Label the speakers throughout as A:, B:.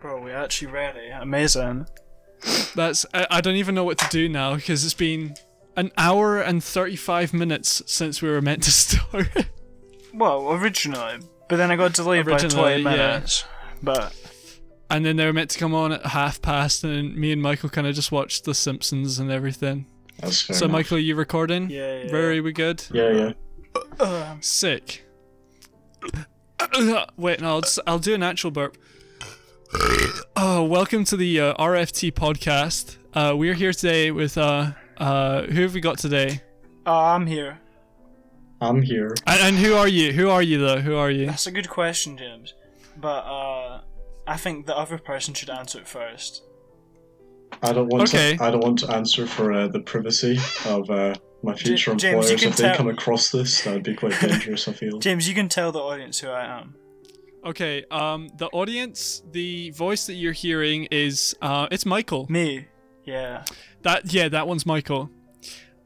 A: Bro, we actually really amazing.
B: That's I, I don't even know what to do now because it's been an hour and 35 minutes since we were meant to start.
A: Well, originally, but then I got delayed by twenty
B: Originally, yeah.
A: minutes. But
B: and then they were meant to come on at half past and me and Michael kind of just watched The Simpsons and everything.
C: That's fair
B: So
C: enough.
B: Michael, are you recording?
A: Yeah, yeah,
B: Very we good?
C: Yeah, yeah.
A: um,
B: Sick. Wait, no, I'll, just, I'll do an actual burp. Oh, welcome to the uh, RFT podcast. Uh, we're here today with uh, uh, who have we got today?
A: oh, I'm here.
C: I'm here.
B: And, and who are you? Who are you though? Who are you?
A: That's a good question, James. But uh, I think the other person should answer it first.
C: I don't want
B: Okay.
C: to. I don't want to answer for uh, the privacy of uh, my future
A: James, you
C: employers.
A: can
C: if they
A: tell-
C: come across this, that would be quite dangerous. I feel.
A: James, you can tell the audience who I am.
B: Okay, um, the audience, the voice that you're hearing is uh, it's Michael.
A: Me. Yeah.
B: That yeah, that one's Michael.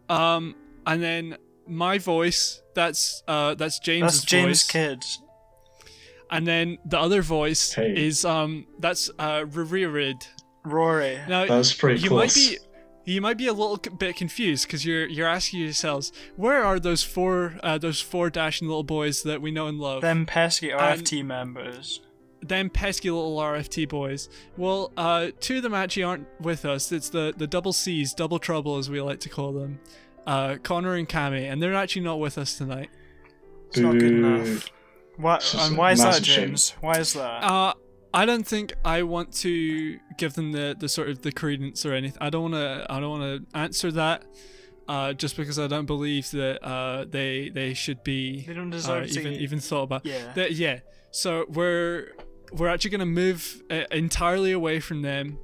B: Um, and then my voice, that's uh, that's James's
A: That's James
B: voice.
A: Kidd.
B: And then the other voice
C: Hey.
B: is um that's uh Riririd.
A: Rory.
B: Now
C: That's pretty
B: you
C: close.
B: might be you might be a little c- bit confused because you're you're asking yourselves where are those four uh, those four dashing little boys that we know and love
A: Them pesky RFT members.
B: them pesky little RFT boys. Well, uh, two of them actually aren't with us. It's the, the double C's, double trouble as we like to call them, uh, Connor and Cammy, and they're actually not with us tonight.
A: It's not good
C: Boo.
A: enough. Why,
C: This is
A: and
C: a
A: why is that,
C: massive shame.
A: James? Why is that?
B: Uh, I don't think I want to give them the, the sort of the credence or anything. I don't want to I don't want to answer that. Uh, just because I don't believe that uh, they they should be
A: They don't
B: uh,
A: deserve to
B: even
A: eat.
B: even thought about.
A: Yeah.
B: That- yeah. So we're we're actually going to move uh, entirely away from them,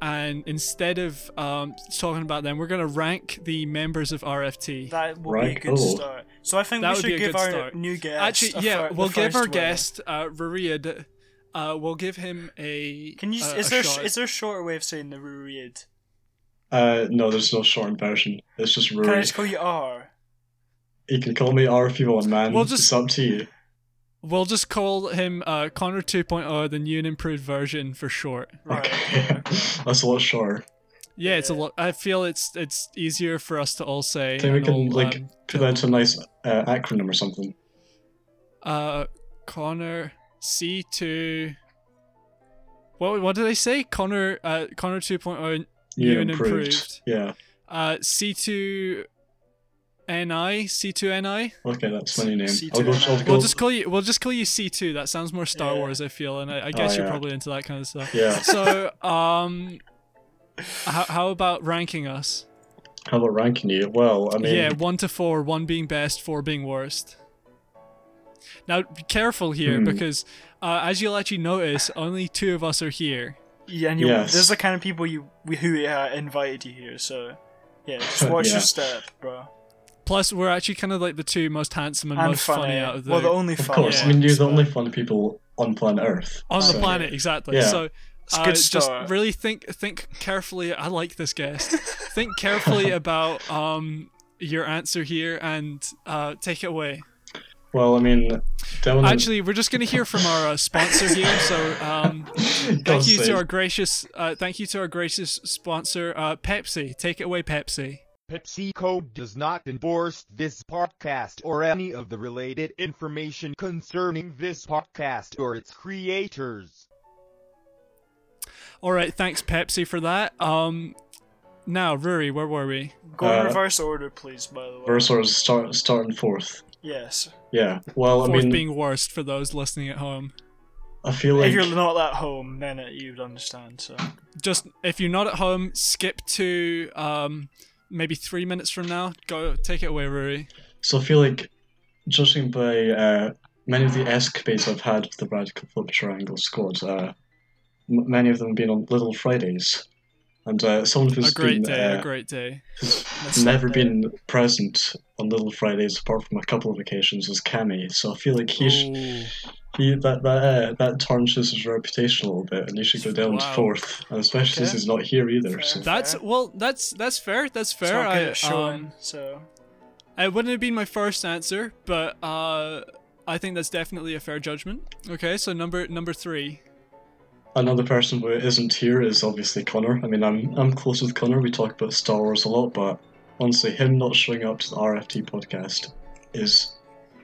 B: and instead of um, talking about them, we're going to rank the members of RFT.
A: That will be
C: Right,
A: a good
C: cool.
A: start. So I think
B: That
A: we
B: would be
A: should
B: a
A: give
B: good
A: our
B: start.
A: new guest. a
B: actually, yeah,
A: fir-
B: we'll
A: the
B: give
A: first
B: our
A: winner.
B: guest uh, Rariad. Uh, we'll give him a.
A: Can you?
B: Uh,
A: is
B: a
A: there
B: shot.
A: is there a shorter way of saying the Rurid?
C: Uh, no, there's no shortened version. It's just
A: Can I
C: Rory.
A: just call you R?
C: You can call me R if you want, man.
B: Well, just-
C: It's up to you.
B: We'll just call him uh, Connor 2.0, the new and improved version for short.
A: Right.
C: Okay. That's a lot shorter.
B: Yeah, it's a lot. I feel it's it's easier for us to all say.
C: I think we
B: and
C: can
B: all,
C: like
B: um,
C: put that into a nice uh, acronym or something.
B: Uh, Connor C two. What what did I say? Connor uh Connor two
C: New,
B: New and
C: and improved.
B: improved.
C: Yeah.
B: uh C two. Ni C two Ni.
C: Okay, that's my new name.
A: C2
C: I'll go.
A: and I.
C: I'll go.
B: We'll just call you. We'll just call you C two. That sounds more Star
A: Yeah.
B: Wars. I feel, and I, I guess you're
C: Oh, yeah.
B: probably into that kind of stuff.
C: Yeah.
B: So um, how, how about ranking us?
C: How about ranking you? Well, I mean,
B: yeah, one to four, one being best, four being worst. Now, be careful here
C: Hmm.
B: because, uh, as you'll actually notice, only two of us are here.
A: Yeah, and you,
C: Yes.
A: this is the kind of people you who uh, invited you here. So yeah, just watch
C: Yeah.
A: your step, bro.
B: Plus, we're actually kind of like the two most handsome and,
A: And
B: most funny. out of the,
A: well, the only
C: of
A: funny.
C: course.
B: yeah,
C: I mean, you're
B: so-
C: the only fun people on planet Earth.
B: on the
C: so-
B: planet. Exactly.
C: Yeah.
B: So,
A: It's a
B: uh,
A: good
B: just
A: start.
B: really think think carefully. I like this guest. think carefully about um your answer here and uh, take it away.
C: Well, I mean, Devon.
B: Actually, we're just gonna hear from our uh, sponsor here. So. Um, Thank you to our gracious, uh, thank you to our gracious sponsor, uh, Pepsi. Take it away, Pepsi.
D: PepsiCo does not endorse this podcast or any of the related information concerning this podcast or its creators.
B: All right, thanks Pepsi for that. Um, now Ruri, where were we?
A: Go
C: Uh,
A: in reverse order, please. By the way.
C: Versors start starting fourth.
A: Yes.
C: Yeah. Well,
B: Fourth
C: I mean,
B: being worst for those listening at home.
C: I feel like
A: if you're not at home, then it, you'd understand. So
B: Just if you're not at home, skip to um, maybe three minutes from now. Go take it away, Ruri.
C: so. I feel like, judging by uh, many of the escapades I've had with the Radical Flip Triangle squad, uh, m- many of them have been on Little Fridays, and uh, someone who's
B: A great
C: been
B: day,
C: uh,
B: a great day.
C: who's
A: That's
C: never
A: not
C: been present on Little Fridays apart from a couple of occasions is Cammy. So I feel like he sh-
B: Ooh.
C: he that that uh, that tarnishes his reputation a little bit, and he should go down
B: Wow.
C: to fourth, and especially since
A: Okay.
C: he's not here either. So.
A: Fair.
B: That's well, that's that's fair.
A: it's
B: That's fair.
A: not good
B: I,
A: at showing,
B: um,
A: so
B: It wouldn't have been my first answer, but uh, I think that's definitely a fair judgment. Okay, so number number three.
C: Another person who isn't here is obviously Connor. I mean, I'm I'm close with Connor. We talk about Star Wars a lot, but honestly, him not showing up to the RFT podcast is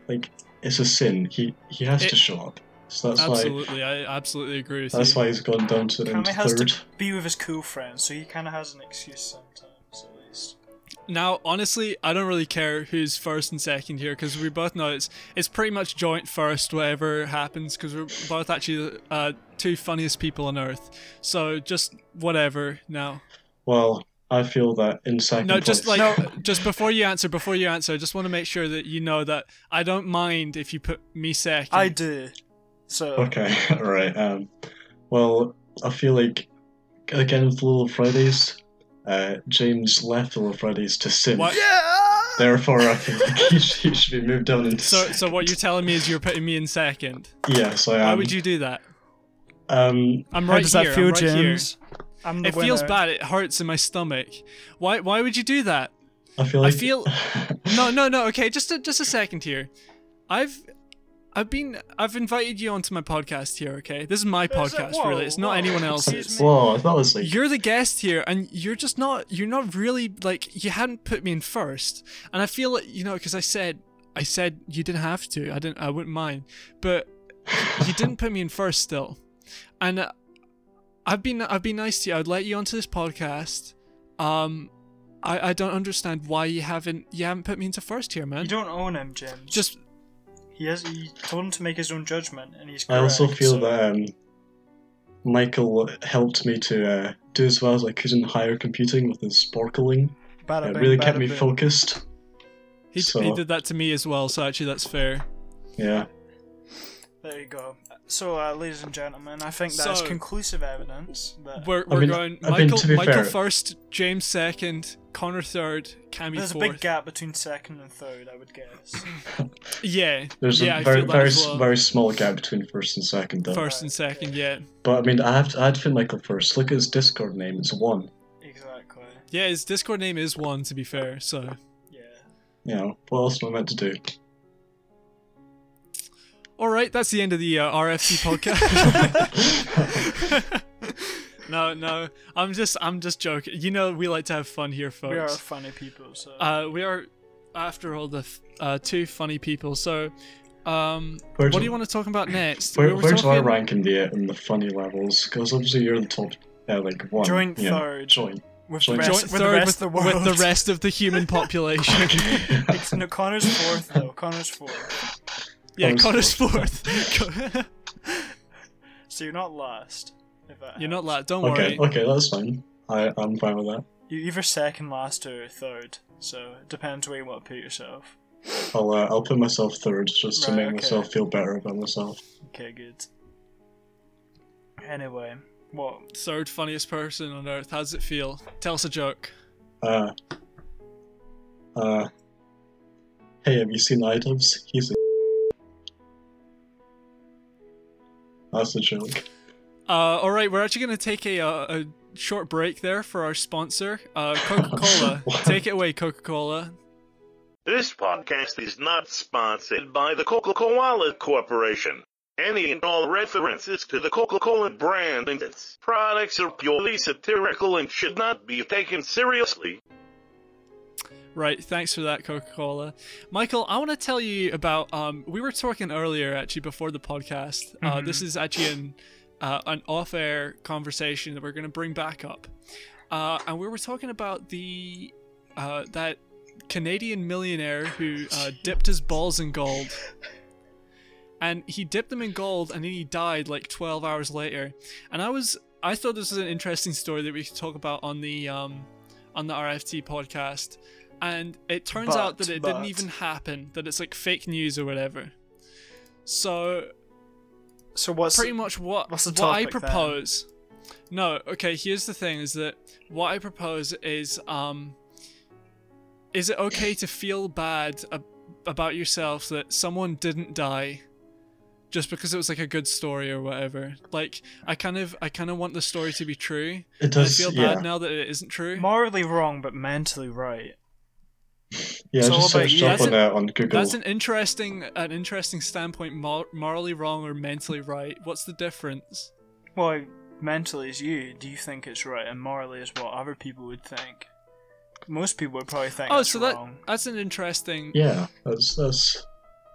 C: like it's a sin. He he has
B: It-
C: to show up. So that's why
B: absolutely, I absolutely agree with
C: that's
B: you.
C: why he's gone down to
A: Kinda
C: into
A: has
C: third.
A: to be with his cool friends, so he kind of has an excuse sometimes, at least.
B: Now, honestly, I don't really care who's first and second here because we both know it's it's pretty much joint first, whatever happens, because we're both actually uh, two funniest people on earth. So just whatever now.
C: Well, I feel that in second
B: No, just
C: place-
B: like just before you answer, before you answer, I just want to make sure that you know that I don't mind if you put me second.
A: I do. So,
C: Okay, alright. Um, well, I feel like, again, with Little Fridays, uh, James left Little Fridays to Sim.
B: What?
C: Therefore, I feel like he should, he should be moved down into.
B: So, so what you're telling me is you're putting me in second.
C: Yes, I am.
B: Why would you do that?
C: Um,
B: I'm
A: how
B: right
A: does
B: here.
A: that feel,
B: I'm right here.
A: James? I'm the
B: It feels
A: winner.
B: bad. It hurts in my stomach. Why? Why would you do that?
C: I feel like.
B: feel- No, no, no. Okay, just a, just a second here. I've I've been I've invited you onto my podcast here. Okay, this is my
A: Is it-
B: podcast.
A: whoa,
B: really, it's
A: whoa,
B: not anyone
A: excuse
B: else's.
A: me.
C: Whoa, that was like.
B: You're the guest here, and you're just not. You're not really like you hadn't put me in first, and I feel like you know because I said I said you didn't have to. I didn't. I wouldn't mind, but you didn't put me in first still, and uh, I've been I've been nice to you. I'd let you onto this podcast. Um, I I don't understand why you haven't you haven't put me into first here, man.
A: You don't own him, James.
B: Just
A: he has. He told him to make his own judgment, and he's.
C: I
A: Correct,
C: also feel
A: so-
C: that um, Michael helped me to uh, do as well as I could in higher computing with his sparkling.
A: Bada
C: it
A: bing,
C: really
A: bada
C: kept me
A: boom.
C: focused.
B: he, he
C: So-
B: did that to me as well. So actually, that's fair.
C: Yeah.
A: There you go. So, uh, ladies and gentlemen, I think that's
B: So-
A: conclusive evidence that
B: We're,
C: I
B: we're
C: mean-
B: going
C: I mean,
B: Michael,
C: to be
B: Michael
C: fair-
B: first, James second, Connor third, Cammy
A: there's a
B: fourth.
A: big gap between second and third. I would guess.
B: Yeah,
C: There's
B: yeah,
C: a
B: I
C: very,
B: feel that
C: very,
B: as
C: s-
B: well.
C: very small gap between first and second, though.
B: first and second. Yeah,
C: But I mean, I have to, I had to fit Michael first. Look at his Discord name; it's one.
A: exactly.
B: yeah. His Discord name is one, to be fair. So
A: Yeah.
C: You know, what else am I meant to do?
B: all right, that's the end of the uh, RFC podcast. no, no, I'm just, I'm just joking. You know, we like to have fun here, folks.
A: We are funny people, so
B: uh, we are, after all, the f- uh, two funny people. So, um,
C: Where
B: what
C: do-
B: do you want to talk about next? We
C: Where,
B: were
C: where do I
B: talking-
C: rank in the in the funny levels? Because obviously you're in the top, uh, like one.
A: Joint
C: you know,
A: third.
C: Joint.
A: with the
C: joint-
A: rest,
B: joint
A: with
B: third
A: the rest
B: with,
A: of the
B: with
A: world.
B: the rest of the human population.
A: It's no Connor's fourth though. Connor's fourth.
B: yeah,
C: Connor's
B: Connor's fourth. Con-
A: So you're not last. If that
B: You're not
A: helps.
B: like, don't
C: okay,
B: worry.
C: okay, that's fine. I I'm fine with that.
A: You're either second last or third. So it depends where you want to put yourself.
C: I'll uh, I'll put myself third just to
A: Right,
C: make
A: okay.
C: myself feel better about myself.
A: Okay, good. Anyway, what?
B: Third funniest person on earth. How does it feel? Tell us a joke.
C: Uh. Uh. Hey, have you seen items? He's a. That's a joke.
B: Uh, all right, we're actually going to take a, uh, a, a short break there for our sponsor, uh, Coca Cola.
C: What?
B: take it away, Coca Cola.
E: This podcast is not sponsored by the Coca-Cola Corporation. Any and all references to the Coca-Cola brand and its products are purely satirical and should not be taken seriously.
B: Right, thanks for that, Coca Cola. Michael, I want to tell you about. Um, we were talking earlier, actually, before the podcast. Uh, this
A: Mm-hmm.
B: is actually an uh, an off air conversation that we're going to bring back up, uh, and we were talking about the uh, that Canadian millionaire who uh, dipped his balls in gold. And he dipped them in gold, and then he died like 12 hours later. And I was, I thought this was an interesting story that we could talk about on the um, on the RFT podcast. And it turns
A: But-
B: out that it didn't
A: but-
B: even happen. That it's like fake news or whatever. So
A: So what's
B: pretty much what
A: what's the
B: what I
A: topic then?
B: propose. No, okay. Here's the thing: is that what I propose is um, is it okay to feel bad ab- about yourself that someone didn't die? Just because it was like a good story or whatever. Like I kind of, I kind of want the story to be true.
C: It
B: And I
C: does.
B: feel
C: yeah.
B: bad now that it isn't true.
A: morally wrong but mentally right?
C: Yeah, I
A: So
C: just
A: what about
C: searched
A: you?
C: up
B: That's
C: on, uh, on Google.
B: That's an interesting, an interesting standpoint. Mor- morally wrong or mentally right? What's the difference?
A: Well, mentally as you, do you think it's right, and morally is what other people would think. Most people would probably think
B: Oh,
A: it's
B: so that
A: wrong.
B: that's an interesting.
C: Yeah, that's that's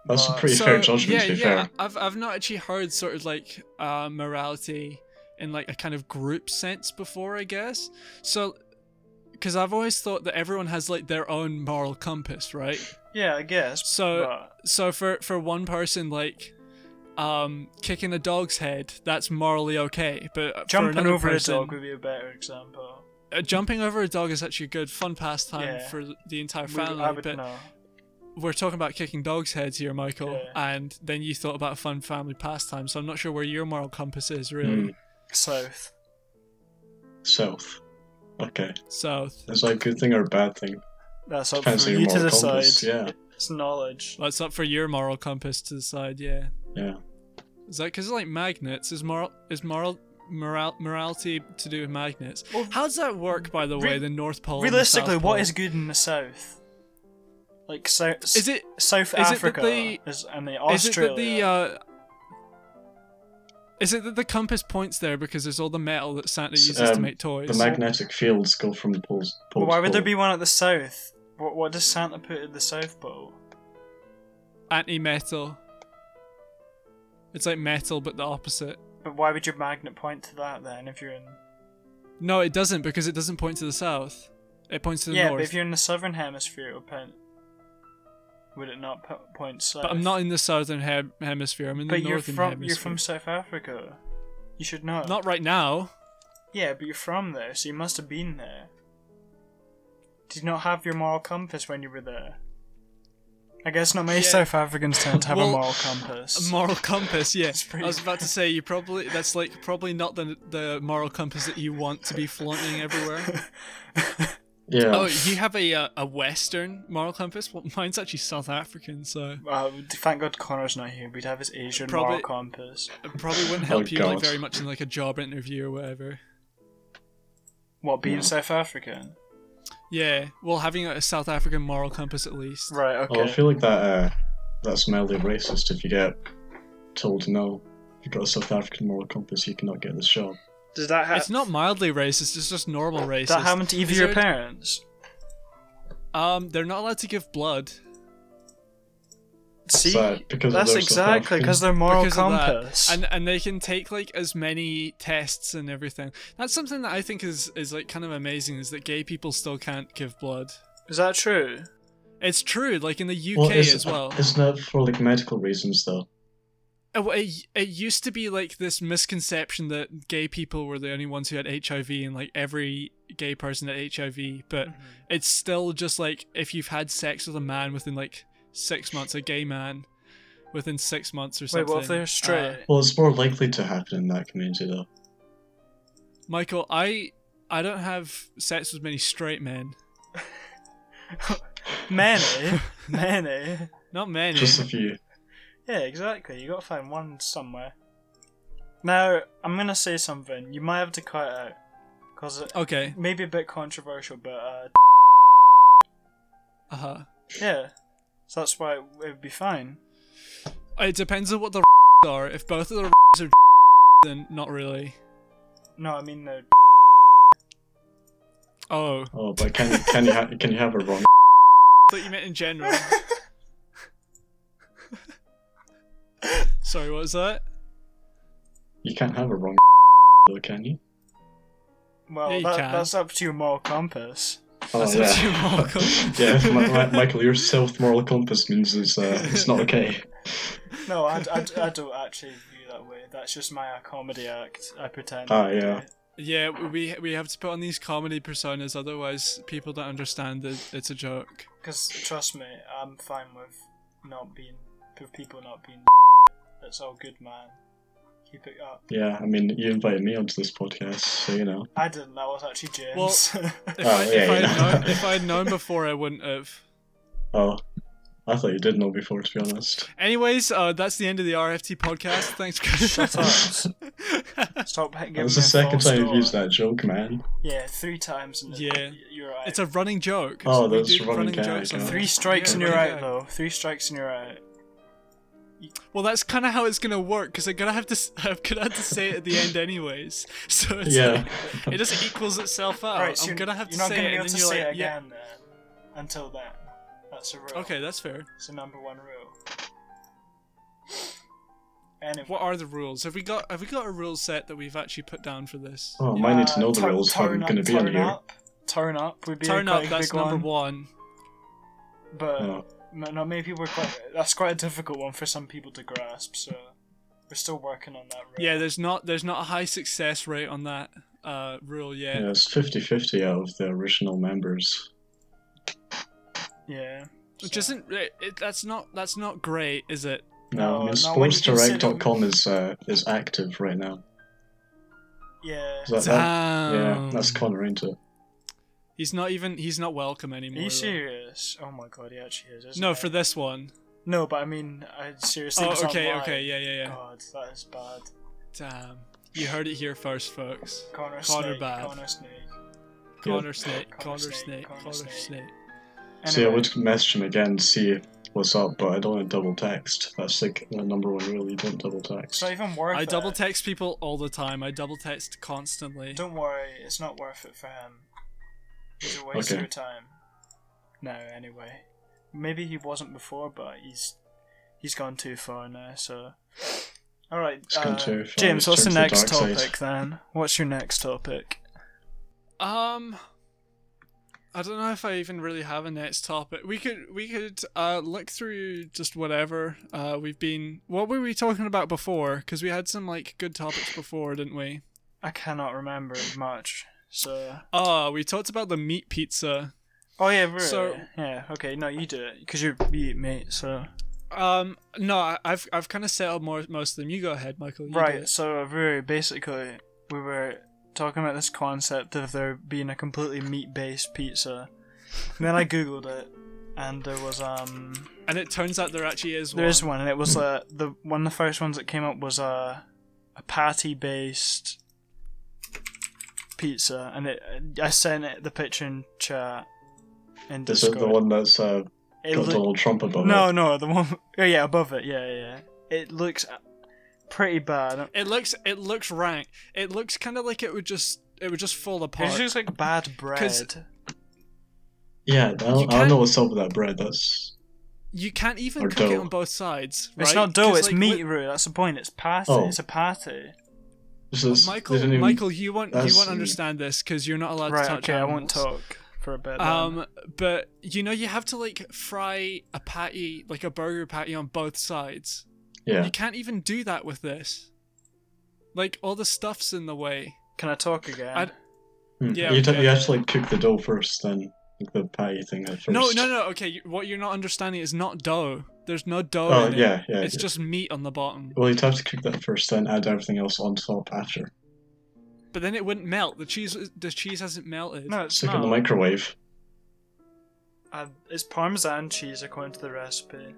C: that's a
A: but-
C: pretty fair judgment.
B: yeah,
C: to be
B: yeah.
C: fair,
B: I've I've not actually heard sort of like uh, morality in like a kind of group sense before, I guess. So, because I've always thought that everyone has like their own moral compass, right?
A: Yeah, I guess.
B: So
A: but
B: so for for one person like um kicking a dog's head that's morally okay but for
A: jumping
B: another
A: over
B: person,
A: a dog would be a better example.
B: uh, jumping over a dog is actually a good fun pastime
A: Yeah.
B: for the entire
A: Would-
B: family
A: I would
B: but
A: know.
B: we're talking about kicking dogs heads here michael
A: Yeah.
B: and then you thought about a fun family pastime so i'm not sure where your moral compass is
C: Hmm.
B: really
A: South.
C: south. Okay,
B: south
C: is that a good thing or a bad thing?
A: That's up
C: Depends
A: for
C: on your
A: you to
C: moral
A: decide.
C: compass. Yeah,
A: It's knowledge.
B: that's up for your moral compass to decide yeah
C: yeah.
B: is that because like magnets is moral is moral moral morality to do with magnets how does that work by the
A: re-
B: way the north pole and the South
A: Realistically,
B: Pole?
A: what is good in the south? Like South.
B: Is it-
A: South
B: that
A: Africa?
B: the-
A: is, and the
B: Is it that
A: Australia.
B: the uh, is it that the compass points there because there's all the metal that Santa uses to
C: Um,
B: make toys?
C: The magnetic fields go from the poles.
A: Well,
C: pole
A: why
C: to
A: would there
C: pole.
A: be one at the south? What, what does Santa put at the South Pole?
B: Anti-metal. It's like metal, but the opposite.
A: But why would your magnet point to that then if you're in.
B: No, it doesn't because it doesn't point to the south. It points to the
A: yeah,
B: north.
A: but if you're in the southern hemisphere, it would point. Would it not po- point south?
B: But I'm not in the southern hem- hemisphere. I'm in
A: But
B: the
A: you're
B: northern
A: from
B: hemisphere.
A: you're from South Africa. You should know.
B: Not right now.
A: Yeah, but you're from there, so you must have been there. Did you not have your moral compass when you were there? I guess not many
B: Yeah.
A: South Africans tend to have
B: Well,
A: a moral compass.
B: A moral compass. Yeah,
A: It's pretty
B: I was about to say you probably that's like probably not the the moral compass that you want to be flaunting everywhere.
C: Yeah.
B: Oh, you have a uh, a Western moral compass. Well, mine's actually South African, so
A: Well, thank God Connor's not here. We'd have his Asian moral
B: Probably-
A: compass.
B: it probably wouldn't
C: Oh,
B: help you like
C: God.
B: very much in like a job interview or whatever.
A: What being
B: Hmm.
C: No.
A: South African?
B: Yeah, well, having a South African moral compass at least.
A: Right.
C: Oh, I
A: Okay.
C: feel like that. Uh, that's mildly racist. If you get told no, if you've got a South African moral compass, you cannot get this job.
A: Does that
B: It's
A: happen?
B: not mildly racist; it's just normal racist.
A: Does that happen to either
B: Is
A: your
B: there-
A: parents?
B: Um, they're not allowed to give blood.
A: See,
C: that because of
A: that's
C: their South
A: exactly because their
C: African-
A: moral
B: because of that.
A: compass.
B: and and they can take like as many tests and everything. That's something that I think is is like kind of amazing is that gay people still can't give blood.
A: Is that true?
B: It's true, like in the UK
C: is-
B: as well.
C: Isn't that for like medical reasons though?
B: Oh, well, it, it used to be like this misconception that gay people were the only ones who had HIV and like every gay person had HIV, but
A: Mm-hmm.
B: it's still just like if you've had sex with a man within like six months, a gay man within six months or
A: Wait,
B: something.
A: what if they're
B: uh,
A: straight?
C: Well, it's more likely to happen in that community though.
B: Michael, I I don't have sex with many straight men.
A: many, many.
B: Not many.
C: Just a few.
A: Yeah, exactly. You gotta find one somewhere. Now, I'm gonna say something. You might have to cut it out. Because it
B: Okay.
A: may be a bit controversial, but uh,
B: Uh huh.
A: yeah. So that's why it would be fine.
B: It depends on what the are. If both of the are then not really.
A: No, I mean, uh, the
B: Oh.
C: Oh, but can you can you ha- can you have a wrong?
B: thought you meant in general. Sorry, what was that?
C: You can't have a wrong though, can you?
A: Well,
B: Yeah, you
A: that,
B: can.
A: that's up to your moral compass.
C: Oh
B: That's
C: yeah.
B: up to your moral compass.
C: yeah, if Mi- Mi- Michael, your self moral compass means it's uh, it's not okay.
A: No, I, I, I don't actually view that way. That's just my uh, comedy act. I pretend.
C: Ah,
A: I do
C: yeah.
A: it.
B: Yeah, we we have to put on these comedy personas, otherwise people don't understand that it's a joke.
A: Because trust me, I'm fine with not being with people not being. It's all good, man. Keep it up.
C: Yeah, I mean, you invited me onto this podcast, so you know.
A: I didn't. That was actually
B: Well-
A: James.
B: If,
C: Oh,
B: I, if,
C: yeah,
B: I had
C: yeah.
B: known, if I had known before, I wouldn't have.
C: Oh, I thought you did know before, to be honest.
B: Anyways, uh, that's the end of the RFT podcast. Thanks, guys.
A: Shut up. Stop giving
C: That was
A: me
C: the
A: a
C: second
A: false
C: time
A: door.
C: you've used that joke, man.
A: Yeah, three times. And
B: Yeah.
A: you're out.
B: it's a running joke.
C: Oh,
B: We
C: that's
B: do
C: running gag,
B: on
C: yeah.
B: this.
A: three strikes
B: Yeah,
A: and you're
B: running
A: out,
B: gag.
A: though. Three strikes and you're out.
B: Well, that's kind of how it's gonna work because I'm gonna have to s- I'm gonna have to say it at the end anyways. So it's
C: Yeah.
B: like, it just equals itself out.
A: Right, so
B: Oh, I'm
A: you're,
B: gonna have
A: you're
B: to
A: not
B: say
A: gonna
B: it,
A: be
B: and
A: able
B: then
A: to
B: you're
A: say
B: like,
A: it
B: yeah.
A: again then, until then. That's a rule.
B: Okay, that's fair.
A: It's the number one rule. Anyway.
B: What are the rules? Have we got have we got a rule set that we've actually put down for this?
C: Oh, I might need to know the
A: Uh, tu-
C: rules. How I'm
A: turn up-
C: going to be in
A: turn
C: here.
A: Up, turn up would be
B: Turn
A: a quite
B: up.
A: a
B: That's
A: big
B: number
A: one,
B: one.
A: But
C: Oh.
A: no, no, many people are quite. That's quite a difficult one for some people to grasp. So we're still working on that. Rule.
B: Yeah, there's not there's not a high success rate on that uh, rule yet.
C: Yeah, it's 50-50 out of the original members.
A: Yeah.
B: Which
A: so-
B: isn't it, it, that's not that's not great, is it?
A: No,
C: No, I mean,
A: no, when you
C: sportsdirect.com is uh, is active right now.
A: Yeah.
C: So that- that- yeah, that's
B: Damn.
C: Connor, ain't it?
B: He's not even he's not welcome
A: Are
B: anymore.
A: you
B: though.
A: serious? Oh my god, he actually is. Isn't
B: No,
A: he?
B: for this one.
A: No, but I mean, I seriously.
B: Oh,
A: was
B: okay,
A: online.
B: okay, yeah, yeah, yeah.
A: God, that is bad.
B: Damn. You heard it here first, folks.
A: Connor,
B: Connor
A: Snake.
B: bad.
A: Connor Snake.
B: Connor Snake,
A: Connor
B: Connor
A: Snake,
B: Snake,
A: Connor
B: Connor
A: Snake.
B: Snake.
C: See, I
A: Anyway,
C: would message him again, see what's up, but I don't want to double text. That's like the number one rule. You don't double
A: It's
C: text.
A: not even worth
B: I
A: it.
B: double text people all the time. I double text constantly.
A: Don't worry, it's not worth it for him. He's a waste
C: Okay.
A: of your time. No, anyway. Maybe he wasn't before, but he's he's gone too far now, so. Alright,
C: He's gone
A: uh,
C: too far.
A: James,
C: He's
A: what's the
C: turned to the
A: next
C: dark side.
A: topic then? What's your next topic?
B: Um I don't know if I even really have a next topic. We could we could uh look through just whatever uh we've been what were we talking about before cuz we had some like good topics before, didn't we?
A: I cannot remember much, so.
B: Oh, we talked about the meat pizza.
A: Oh, yeah, really?
B: So-
A: yeah, okay, no, you do it, because you're you eat meat, so.
B: Um no, I- I've I've kind of settled more most of them. You go ahead, Michael. You do
A: Right,
B: it.
A: so really, basically, uh, we were talking about this concept of there being a completely meat-based pizza. And then I googled it, and there was um
B: And it turns out there actually is one.
A: there is one, and it was uh, the one of the first ones that came up was uh, a patty-based pizza, and it I sent it the picture in chat in
C: Is it
A: Discord.
C: the one that's uh,
A: It
C: got
A: loo-
C: Donald Trump above
A: no,
C: it?
A: no, the one oh, yeah above it, yeah, yeah. It looks pretty bad.
B: It looks it looks rank. It looks kind of like it would just it would just fall
A: It
B: apart.
A: just looks like bad bread.
C: Yeah, I don't, I don't
B: can't-
C: know what's up with that bread. That's
B: you can't even
C: Or
B: cook it
C: dough.
B: on both sides.
A: It's
B: right?
A: not dough,
B: 'Cause,
A: it's
B: like,
A: meat
B: wi-
A: roux. That's the point. It's patty.
C: Oh.
A: It's a patty.
C: this is they
B: Michael,
C: didn't even-
B: Michael, you won't you
C: that's-
B: won't understand this because you're not allowed
A: Right,
B: to touch
A: okay, I won't
B: animals.
A: talk for a bit. Um,
B: Um, but you know you have to like fry a patty, like a burger patty, on both sides.
C: Yeah,
B: You can't even do that with this. Like all the stuff's in the way.
A: Can I talk again?
B: I'd-
C: Hmm.
B: yeah,
C: You'd-
B: okay.
C: you have to like cook the dough first, then like, the patty thing at first.
B: No, no, no. Okay, you- what you're not understanding is not dough. There's no dough.
C: Oh
B: in it.
C: yeah, yeah.
B: It's
C: yeah.
B: just meat on the bottom.
C: Well, you'd have to cook that first, then add everything else on top after.
B: But then it wouldn't melt. The cheese the cheese hasn't melted.
A: no, it's
C: Stick it in
A: not.
C: the microwave.
A: Uh, it's parmesan cheese according to the recipe.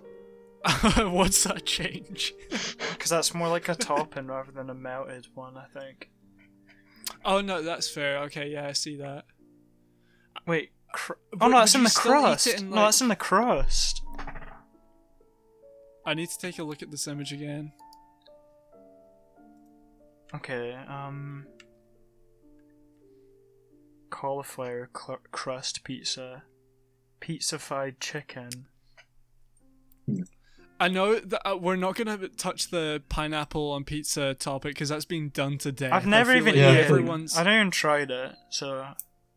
B: What's that change?
A: Because that's more like a topping rather than a melted one, I think.
B: Oh no, that's fair. Okay, yeah, I see that.
A: Wait. Cr- oh,
B: Would-
A: no, it's
B: would
A: in
B: you
A: the
B: still eat it
A: crust.
B: in,
A: No,
B: like-
A: it's in the crust.
B: I need to take a look at this image again.
A: Okay, um. Cauliflower cl- crust pizza. Pizza fried chicken.
B: I know that uh, we're not gonna touch the pineapple on pizza topic because that's been done today.
A: I've never even
C: Yeah,
A: eaten.
C: I think-
B: everyone's.
A: I don't even tried it, so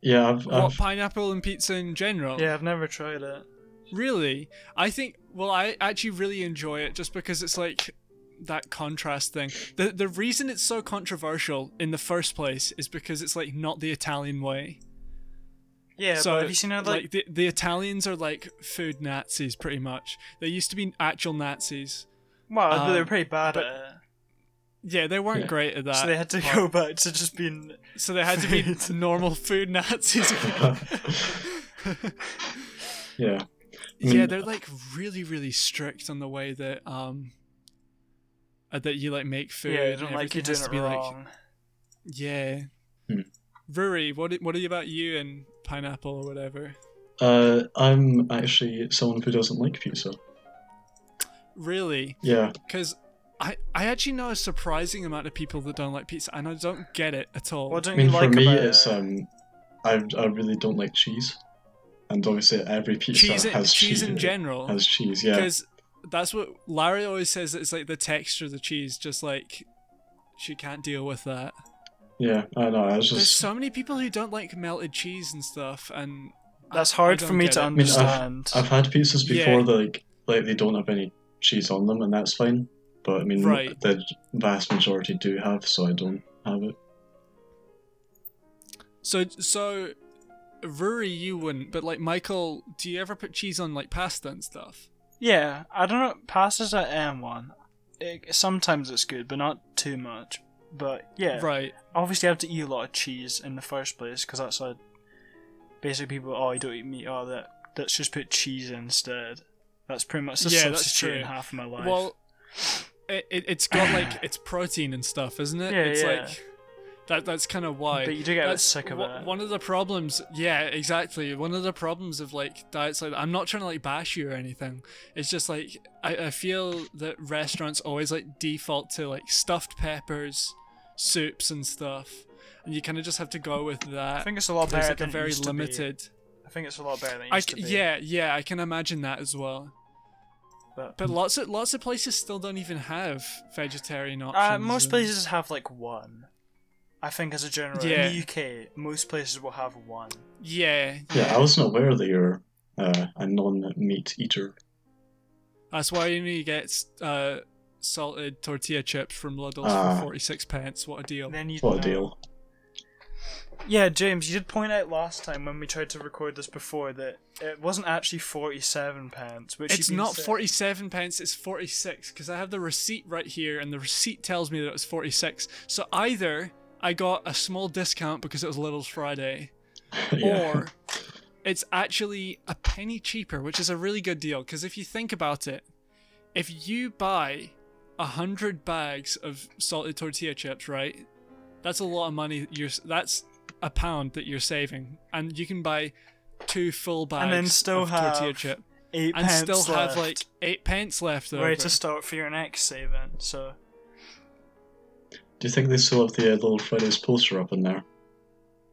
C: Yeah, I've,
B: What
C: I've
B: pineapple and pizza in
C: Oh.
B: general?
A: yeah, I've never tried it.
B: Really? I think. Well, I actually really enjoy it just because it's like that contrast thing. The the reason it's so controversial in the first place is because it's like not the Italian way.
A: Yeah,
B: so
A: but have you seen how like,
B: like the, the Italians are like food Nazis pretty much. They used to be actual Nazis.
A: well, but they were
B: um,
A: pretty bad
B: but-
A: at it,
B: Yeah, they weren't
C: Yeah.
B: great at that.
A: so they had to
B: but-
A: go back to just being.
B: So they had to be
A: Food.
B: normal food Nazis. again.
C: yeah.
B: yeah, they're like really, really strict on the way that um uh, that you like make food.
A: yeah, they
B: and
A: don't like you
B: everything has
A: doing
B: to
A: it
B: be like
A: wrong.
B: yeah.
C: Hmm.
B: Ruri, what i- what are about you and pineapple or whatever?
C: Uh, I'm actually someone who doesn't like pizza.
B: really,
C: Yeah,
B: because I I actually know a surprising amount of people that don't like pizza, and I don't get it at all.
A: What
C: I
A: don't
C: mean
A: you
C: for
A: like
C: me,
A: about
C: it's
A: it?
C: um, I I really don't like cheese, and obviously every pizza
B: cheese, in,
C: has
B: cheese in
C: it.
B: general,
C: Has cheese, yeah.
B: because that's what Larry always says. It's like the texture of the cheese, just like she can't deal with that.
C: Yeah, I know. I was
B: There's
C: just.
B: so many people who don't like melted cheese and stuff, and I-
A: That's
B: I
A: hard for
B: don't
A: me
B: get
A: to
B: it.
C: mean, I've-
A: understand.
C: I've had pizzas
B: Yeah.
C: before that like like they don't have any cheese on them, and that's fine. But I mean,
B: Right.
C: the vast majority do have, so I don't have it.
B: So so, Ruri, you wouldn't, but like Michael, do you ever put cheese on like pasta and stuff?
A: Yeah, I don't know. Pasta's at M one. It, sometimes it's good, but not too much. But yeah,
B: Right.
A: obviously I have to eat a lot of cheese in the first place because that's a basically people. Oh, you don't eat meat. Oh, that let's just put cheese instead. That's pretty much the
B: Yeah, that's
A: substitute in
B: true.
A: half of my life.
B: Well, it, it it's got like it's protein and stuff, isn't it?
A: Yeah,
B: it's
A: yeah.
B: like that that's kind of why.
A: But you do get a bit
B: That's
A: sick of
B: wha-
A: it.
B: One of the problems, yeah, exactly. One of the problems of like diets like that. I'm not trying to like bash you or anything. It's just like I, I feel that restaurants always like default to like stuffed peppers, soups and stuff, and you kind of just have to go with that.
A: I think it's a lot
B: There's
A: better
B: like a
A: than it
B: very
A: used to be.
B: limited.
A: I think it's a lot better than it
B: I
A: used
B: c-
A: to be.
B: yeah, yeah, I can imagine that as well.
A: but,
B: But lots of lots of places still don't even have vegetarian options.
A: uh, most
B: and-
A: places have like one. I think as a general
B: Yeah.
A: in the UK, most places will have one.
B: Yeah,
C: Yeah, I wasn't aware that you're uh, a non-meat eater.
B: that's why you only get uh, salted tortilla chips from Lidl's
C: Ah.
B: for forty six pence. What a deal!
A: Then you
C: What a
A: know.
C: deal!
A: Yeah, James, you did point out last time when we tried to record this before that it wasn't actually forty-seven pence, which
B: It's
A: you've been
B: not
A: saying-
B: forty seven pence. It's forty six because I have the receipt right here, and the receipt tells me that it was forty six. So either I got a small discount because it was Lidl's Friday,
C: yeah.
B: or it's actually a penny cheaper, which is a really good deal. Because if you think about it, if you buy a hundred bags of salted tortilla chips, right, that's a lot of money. You're that's a pound that you're saving, and you can buy two full bags
A: And then still
B: of tortilla
A: have
B: chip,
A: eight
B: and
A: pence
B: still have
A: left.
B: like eight pence left over.
A: where to start for your next saving. So
C: Do you think they still have the uh, Little Fridays poster up in there?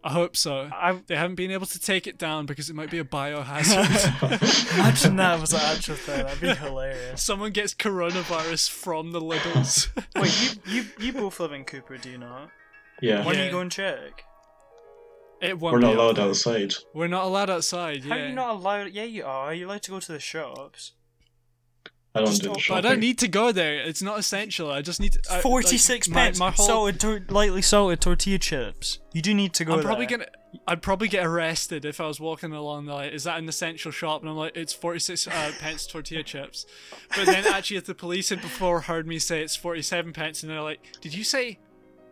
B: I hope so.
A: I
B: They haven't been able to take it down because it might be a biohazard.
A: imagine that was an actual thing. That'd be hilarious.
B: Someone gets coronavirus from the Lidl's.
A: Wait, you you you both live in Cooper, do you not?
C: Yeah,
A: Why don't you
B: Yeah.
A: go and check?
B: It won't
C: we're not
B: be
C: allowed
B: open.
C: outside.
B: We're not allowed outside. Yeah.
A: How are you not allowed? Yeah, you are. You're allowed to go to the shops.
C: I don't
A: Just
C: do
A: open-
C: the
A: I
B: But I
C: shopping.
B: don't need to go there. It's not essential. I just need to. I- like,
A: Forty-six
B: my-
A: pence.
B: My, whole,
A: salted, tor- lightly salted tortilla chips. You do need to go
B: I'm
A: there.
B: probably gonna. I'd probably get arrested if I was walking along the like, is that an essential shop? And I'm like, it's 46 uh, pence tortilla chips. But then actually, if the police had before heard me say it's 47 pence, and they're like, did you say?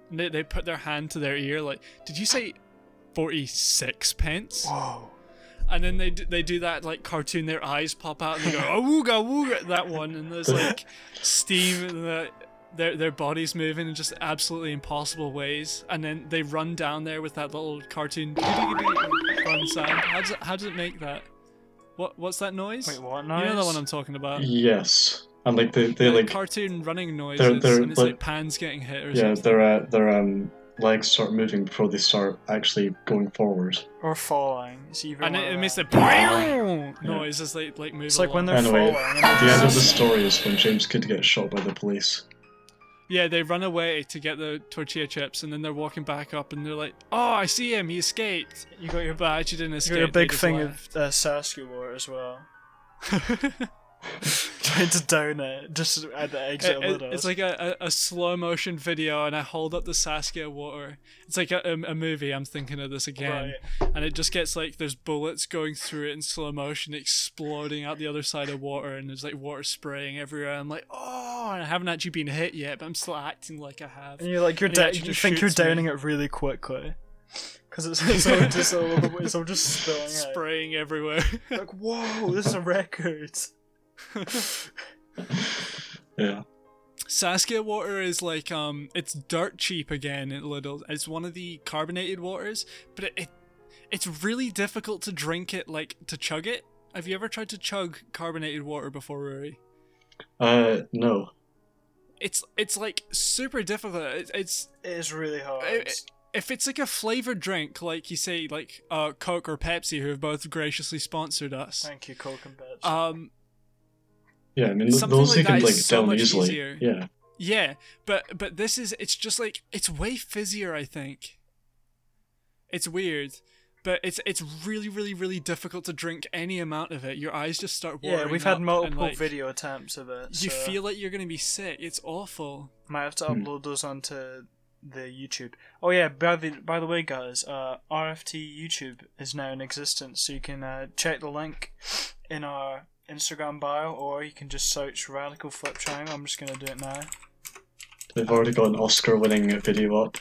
B: And they, they put their hand to their ear, like, did you say 46 pence?
A: Whoa.
B: And then they do, they do that like cartoon. Their eyes pop out and they go oh wooga wooga that one, and there's like steam and the, their their bodies moving in just absolutely impossible ways. And then they run down there with that little cartoon fun sound. How does it, how does it make that? What what's that noise?
A: Wait, what
B: You know the
A: noise?
B: one I'm talking about.
C: Yes, and like they, they
B: The
C: like
B: cartoon running noises,
C: they're-
B: and it's
C: but-
B: like pans getting hit or
C: yeah
B: something.
C: their uh, their um legs start moving before they start actually going forward.
A: Or falling. It's either
B: And
A: one
B: it,
A: or
B: it makes
A: that.
B: the noise as they like move.
A: It's like when
B: along.
A: they're
C: Anyway,
A: falling. and
C: The end of the
A: it's-
C: story is when James could get shot by the police.
B: Yeah, they run away to get the tortilla chips, and then they're walking back up, and they're like, "Oh, I see him! He escaped!"
A: You got your
B: But I actually didn't
A: you
B: escape.
A: got your
B: they
A: big
B: just
A: thing
B: left.
A: of uh, Sasuke War as well. Trying to down it just at the exit.
B: It-
A: of
B: it-
A: Lidl's.
B: it's like a, a, a slow motion video, and I hold up the Saskia water. It's like a, a, a movie. I'm thinking of this again, and it just gets like there's bullets going through it in slow motion, exploding out the other side of water, and there's like water spraying everywhere. I'm like, oh, and I haven't actually been hit yet, but I'm still acting like I have.
A: and you're like you're
B: and he
A: da-
B: actually
A: you
B: just
A: think you're
B: shoots me.
A: downing it really quickly because it's, it's all just all over, it's all just spilling out.
B: spraying everywhere.
A: Like whoa, this is a record.
C: Yeah,
B: Saskia water is like um, it's dirt cheap again at Lidl. It's one of the carbonated waters, but it, it it's really difficult to drink it, like to chug it. Have you ever tried to chug carbonated water before, Rory?
C: Uh, no.
B: It's it's like super difficult. It, it's
A: It is really hard.
B: It- if it's like a flavored drink, like you say, like uh, Coke or Pepsi, who have both graciously sponsored us.
A: Thank you, Coke and Pepsi.
B: Um,
C: Yeah, I mean th-
B: Something
C: those
B: like
C: you can
B: that is
C: like
B: so
C: down
B: much
C: easily.
B: easier.
C: Yeah.
B: yeah, but but this is it's just like it's way fizzier. I think. It's weird, but it's it's really really really difficult to drink any amount of it. Your eyes just start watering.
A: yeah, we've
B: up
A: had
B: and,
A: multiple
B: like,
A: video attempts of it.
B: You
A: so
B: feel like you're gonna be sick. It's awful.
A: might have to
C: Hmm.
A: upload those onto the YouTube. Oh yeah, by the by the way, guys, uh, RFT YouTube is now in existence, so you can uh, check the link in our Instagram bio, or you can just search Radical Flip Triangle. I'm just gonna do it now.
C: They've already got an Oscar-winning video up.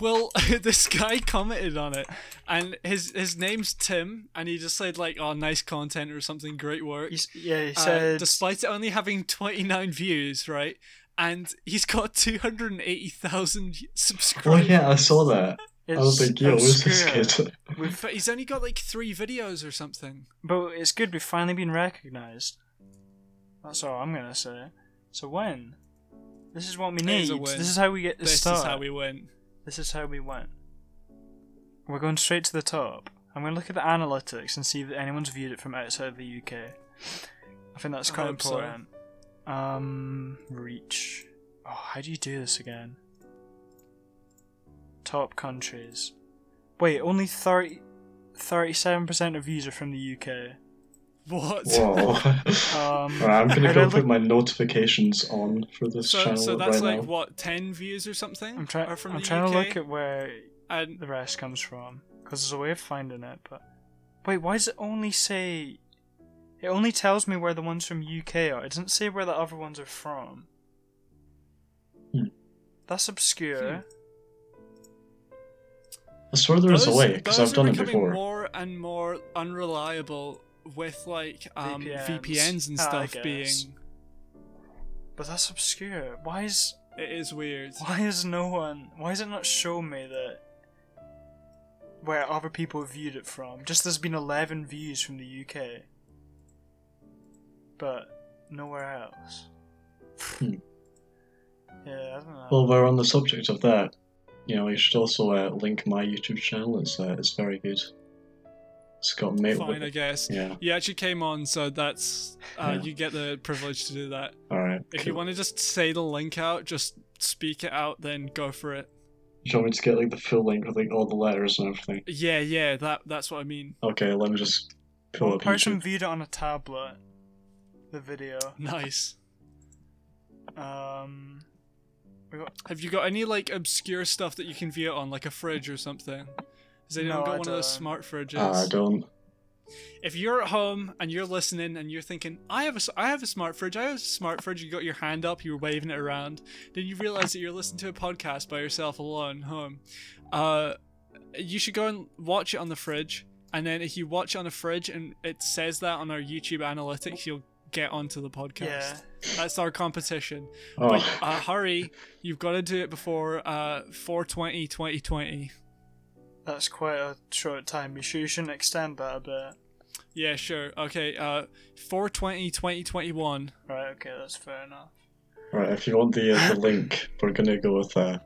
B: Well, this guy commented on it, and his his name's Tim, and he just said like, "Oh, nice content" or something. Great work.
A: He's, yeah, he
B: Uh,
A: said.
B: despite it only having 29 views, right? And he's got 280,000
C: Oh
B: subscribers.
C: yeah, I saw that. I was
A: it's
C: like, yo, who's this
A: obscure.
C: kid?
A: We've
B: But he's only got like three videos or something.
A: But it's good we've finally been recognised. That's all I'm gonna say. So when? This is what we
B: It
A: need.
B: is a win.
A: This is how we get to
B: This
A: start.
B: is how we win.
A: This is how we went. We're going straight to the top. I'm gonna look at the analytics and see if anyone's viewed it from outside of the UK. I think that's
B: I
A: quite
B: hope so.
A: important. Um, reach. Oh, how do you do this again? Top countries. Wait, only 30, 37% of views are from the UK.
B: What?
C: Whoa.
A: Um,
C: Alright, Uh, I'm gonna
A: and I
C: go put
A: look-
C: my notifications on for this
B: So,
C: channel
B: so that's
C: right
B: like
C: now.
B: what 10 views or something?
A: I'm, try-
B: Are from
A: I'm
B: the
A: trying
B: UK?
A: to look at where
B: And
A: the rest comes from because there's a way of finding it. But wait, why does it only say? It only tells me where the ones from UK are. It doesn't say where the other ones are from.
C: Hmm.
A: That's obscure.
C: I swear there is
B: those,
C: a way because
B: those
C: I've done
B: are
C: it
B: becoming
C: before.
B: more and more unreliable with like um,
A: VPNs.
B: VPNs, and
A: Ah, I
B: stuff being.
A: guess. But that's obscure. Why is
B: It is weird.
A: why is no one? Why is it not showing me that? Where other people viewed it from. Just there's been 11 views from the UK. But nowhere else.
C: Hmm.
A: Yeah, I don't know.
C: Well, we're on the subject of that. You know, you should also uh, link my YouTube channel. It's uh, it's very good. It's got mate.
B: Fine, I guess.
C: Yeah.
B: You actually came on, so that's uh,
C: Yeah.
B: you get the privilege to do that.
C: All right.
B: If you
C: cool.
B: want to just say the link out, just speak it out, then go for it.
C: Do you want me to get like the full link with like all the letters and everything?
B: Yeah, yeah, that that's what I mean.
C: Okay, let me just pull
A: One
C: up
A: person
C: YouTube.
A: viewed it on a tablet. The video.
B: Nice.
A: Um, we got,
B: Have you got any like obscure stuff that you can view it on, like a fridge or something? Has anyone
A: No,
B: got
A: I
B: one of those
A: don't.
B: smart fridges?
C: Ah, I don't.
B: if you're at home and you're listening and you're thinking, I have a, s- I have a smart fridge, I have a smart fridge, you got your hand up, you were waving it around, then you realize that you're listening to a podcast by yourself alone home. Uh, you should go and watch it on the fridge, and then if you watch it on the fridge and it says that on our YouTube analytics, you'll get onto the
A: yeah,
B: podcast. That's our competition.
C: Oh,
B: But uh, hurry, you've got to do it before uh 420 2020.
A: that's quite a short time. You, sure you shouldn't extend that a bit.
B: Yeah, sure. Okay, uh 420 2021.
A: Right, okay, that's fair enough.
C: right. If you want the uh, the link, we're gonna go with uh,
B: Yeah,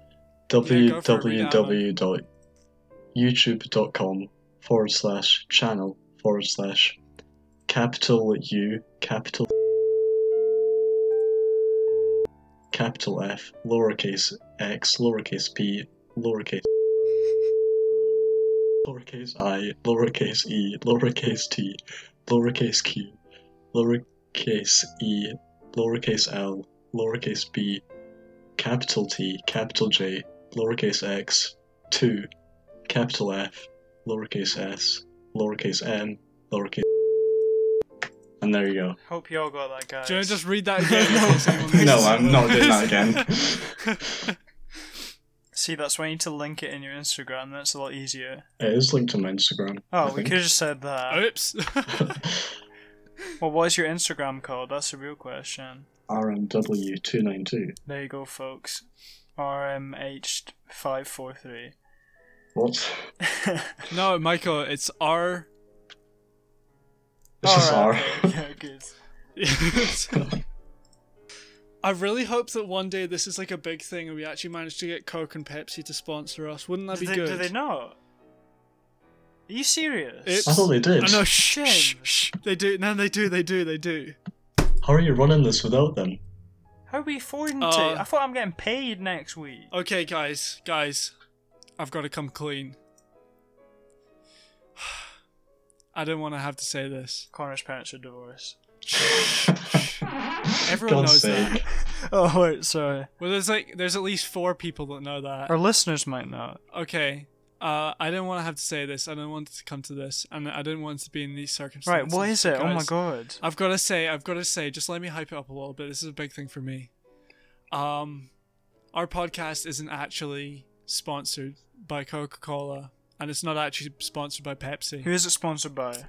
B: go for it, read it out loud.
C: www.youtube.com forward slash channel forward slash capital U capital capital F lowercase x lowercase p lowercase lowercase i lowercase e lowercase t lowercase q lowercase e lowercase l lowercase b capital T, capital J, lowercase x, 2, capital F, lowercase s, lowercase m, lowercase. And there you go.
A: Hope y'all got that, guys.
B: Do you want to just read that again? in
A: No.
B: case anyone
C: No, I'm not doing that
B: again.
A: See, that's why you need to link it in your Instagram. That's a lot easier.
C: It is linked to my Instagram.
A: Oh,
C: I
A: we
C: think.
A: could have just said that.
B: Oops.
A: Well, what's your Instagram called? That's a real question.
C: RMW292.
A: There you go, folks. RMH543.
C: What?
B: no, Michael, it's R.
C: This is
A: Alright,
C: R.
A: okay, Yeah, good.
B: I really hope that one day this is like a big thing and we actually manage to get Coke and Pepsi to sponsor us. Wouldn't that
A: do,
B: be
A: they,
B: good?
A: do they not? Are you serious?
B: It's-
C: I thought they did.
B: Oh, no, shh,
A: Shame.
B: shh, shh. They do. No, they do. They do. They do.
C: How are you running this without them?
A: How are we affording
B: Uh,
A: to? I thought I'm getting paid next week.
B: Okay, guys, guys, I've got to come clean. I don't want to have to say this.
A: Connor's parents are divorced.
B: Everyone
C: God's
B: knows
C: sake.
B: that.
A: Oh wait, sorry.
B: Well, there's like there's at least four people that know that.
A: Our listeners might not.
B: Okay. Uh, I didn't want to have to say this. I didn't want to come to this, and I didn't want to be in these circumstances.
A: Right, what is it? Oh my
B: Guys,
A: god.
B: I've got to say, I've got to say, just let me hype it up a little bit. This is a big thing for me. Um, our podcast isn't actually sponsored by Coca Cola, and it's not actually sponsored by Pepsi.
A: Who is it sponsored by?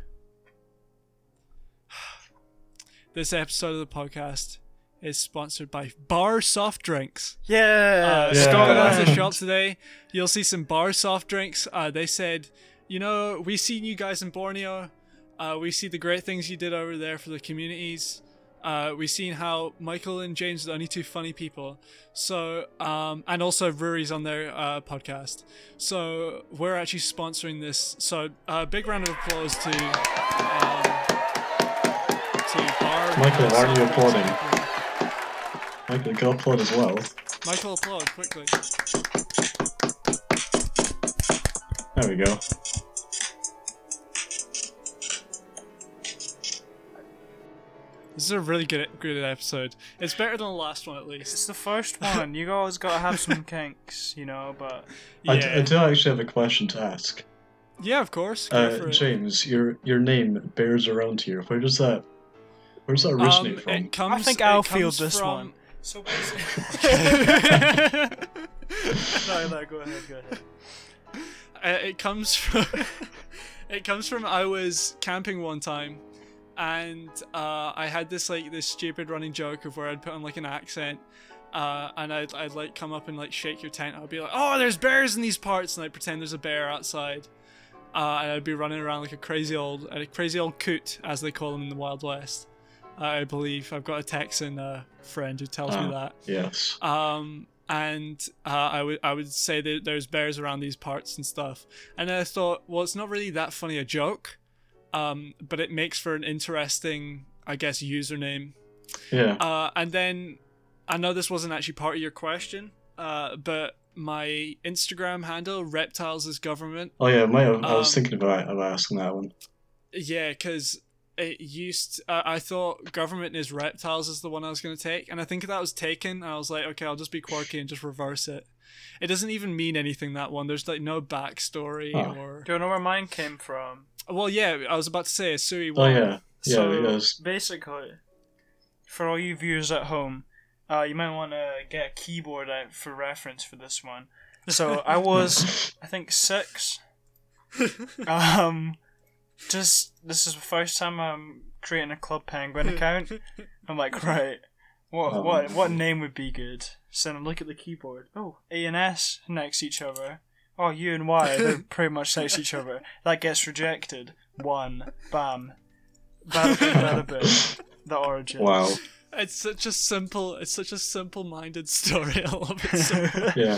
B: This episode of the podcast is sponsored by Bar Soft Drinks.
A: Yeah,
B: uh,
C: Yeah.
B: Scotland has a
C: Yeah.
B: shop today. You'll see some bar soft drinks. Uh, they said, you know, we seen you guys in Borneo. Uh, we see the great things you did over there for the communities. Uh, we seen how Michael and James are the only two funny people. So, um, and also Rory's on their uh, podcast. So we're actually sponsoring this. So, uh, big round of applause to. Um, to Bar
C: Michael, why are you applauding?
B: Yeah.
C: Michael, go applaud as well.
B: Michael, applaud quickly.
C: There we go.
B: This is a really good, good episode. It's better than the last one, at least.
A: It's the first one. You guys gotta have some kinks, you know, but
C: I
B: Yeah,
C: d- I do actually have a question to ask.
B: yeah of course. Go for
C: Uh,
B: it.
C: James, your your name bears around here. Where does that where does that
B: Um,
C: originate
B: it
C: from?
B: comes,
A: I think
B: it
A: I'll
B: comes
A: field this
B: from-
A: one. So basically No, no, go ahead, go ahead.
B: Uh, it comes from it comes from I was camping one time and uh, I had this like this stupid running joke of where I'd put on like an accent uh, and I'd, I'd like come up and like shake your tent I'd be like oh there's bears in these parts and I'd pretend there's a bear outside uh, and I'd be running around like a crazy old a crazy old coot as they call them in the wild west I believe I've got a Texan uh, friend who tells me
C: Oh.
B: that
C: Yes.
B: um and uh, I would I would say that there's bears around these parts and stuff. And then I thought, well, it's not really that funny a joke, um, but it makes for an interesting, I guess, username.
C: Yeah.
B: Uh, and then I know this wasn't actually part of your question, uh, but my Instagram handle, reptiles is government,
C: Oh yeah, might have, I was
B: um,
C: thinking about about asking that one.
B: Yeah, because it used. Uh, I thought government is reptiles is the one I was going to take, and I think that was taken. And I was like, okay, I'll just be quirky and just reverse it. It doesn't even mean anything that one. There's like no backstory
C: Oh.
B: or.
A: Do you know where mine came from?
B: Well, yeah, I was about to say Sui.
C: Oh
B: Wong.
C: yeah. Yeah,
A: so
C: it is.
A: basically, for all you viewers at home, uh, you might want to get a keyboard out for reference for this one. So I was, I think, six. um, just this is the first time I'm creating a Club Penguin account. I'm like, right, what
C: Um.
A: what what name would be good? So then I look at the keyboard. Oh, A and S next to each other. Oh, U and Y, they're pretty much next to each other. That gets rejected. One, bam, bada bing, bada boom. The origin.
C: Wow.
B: It's such a simple. It's such a simple-minded story. I love it so much.
C: Yeah.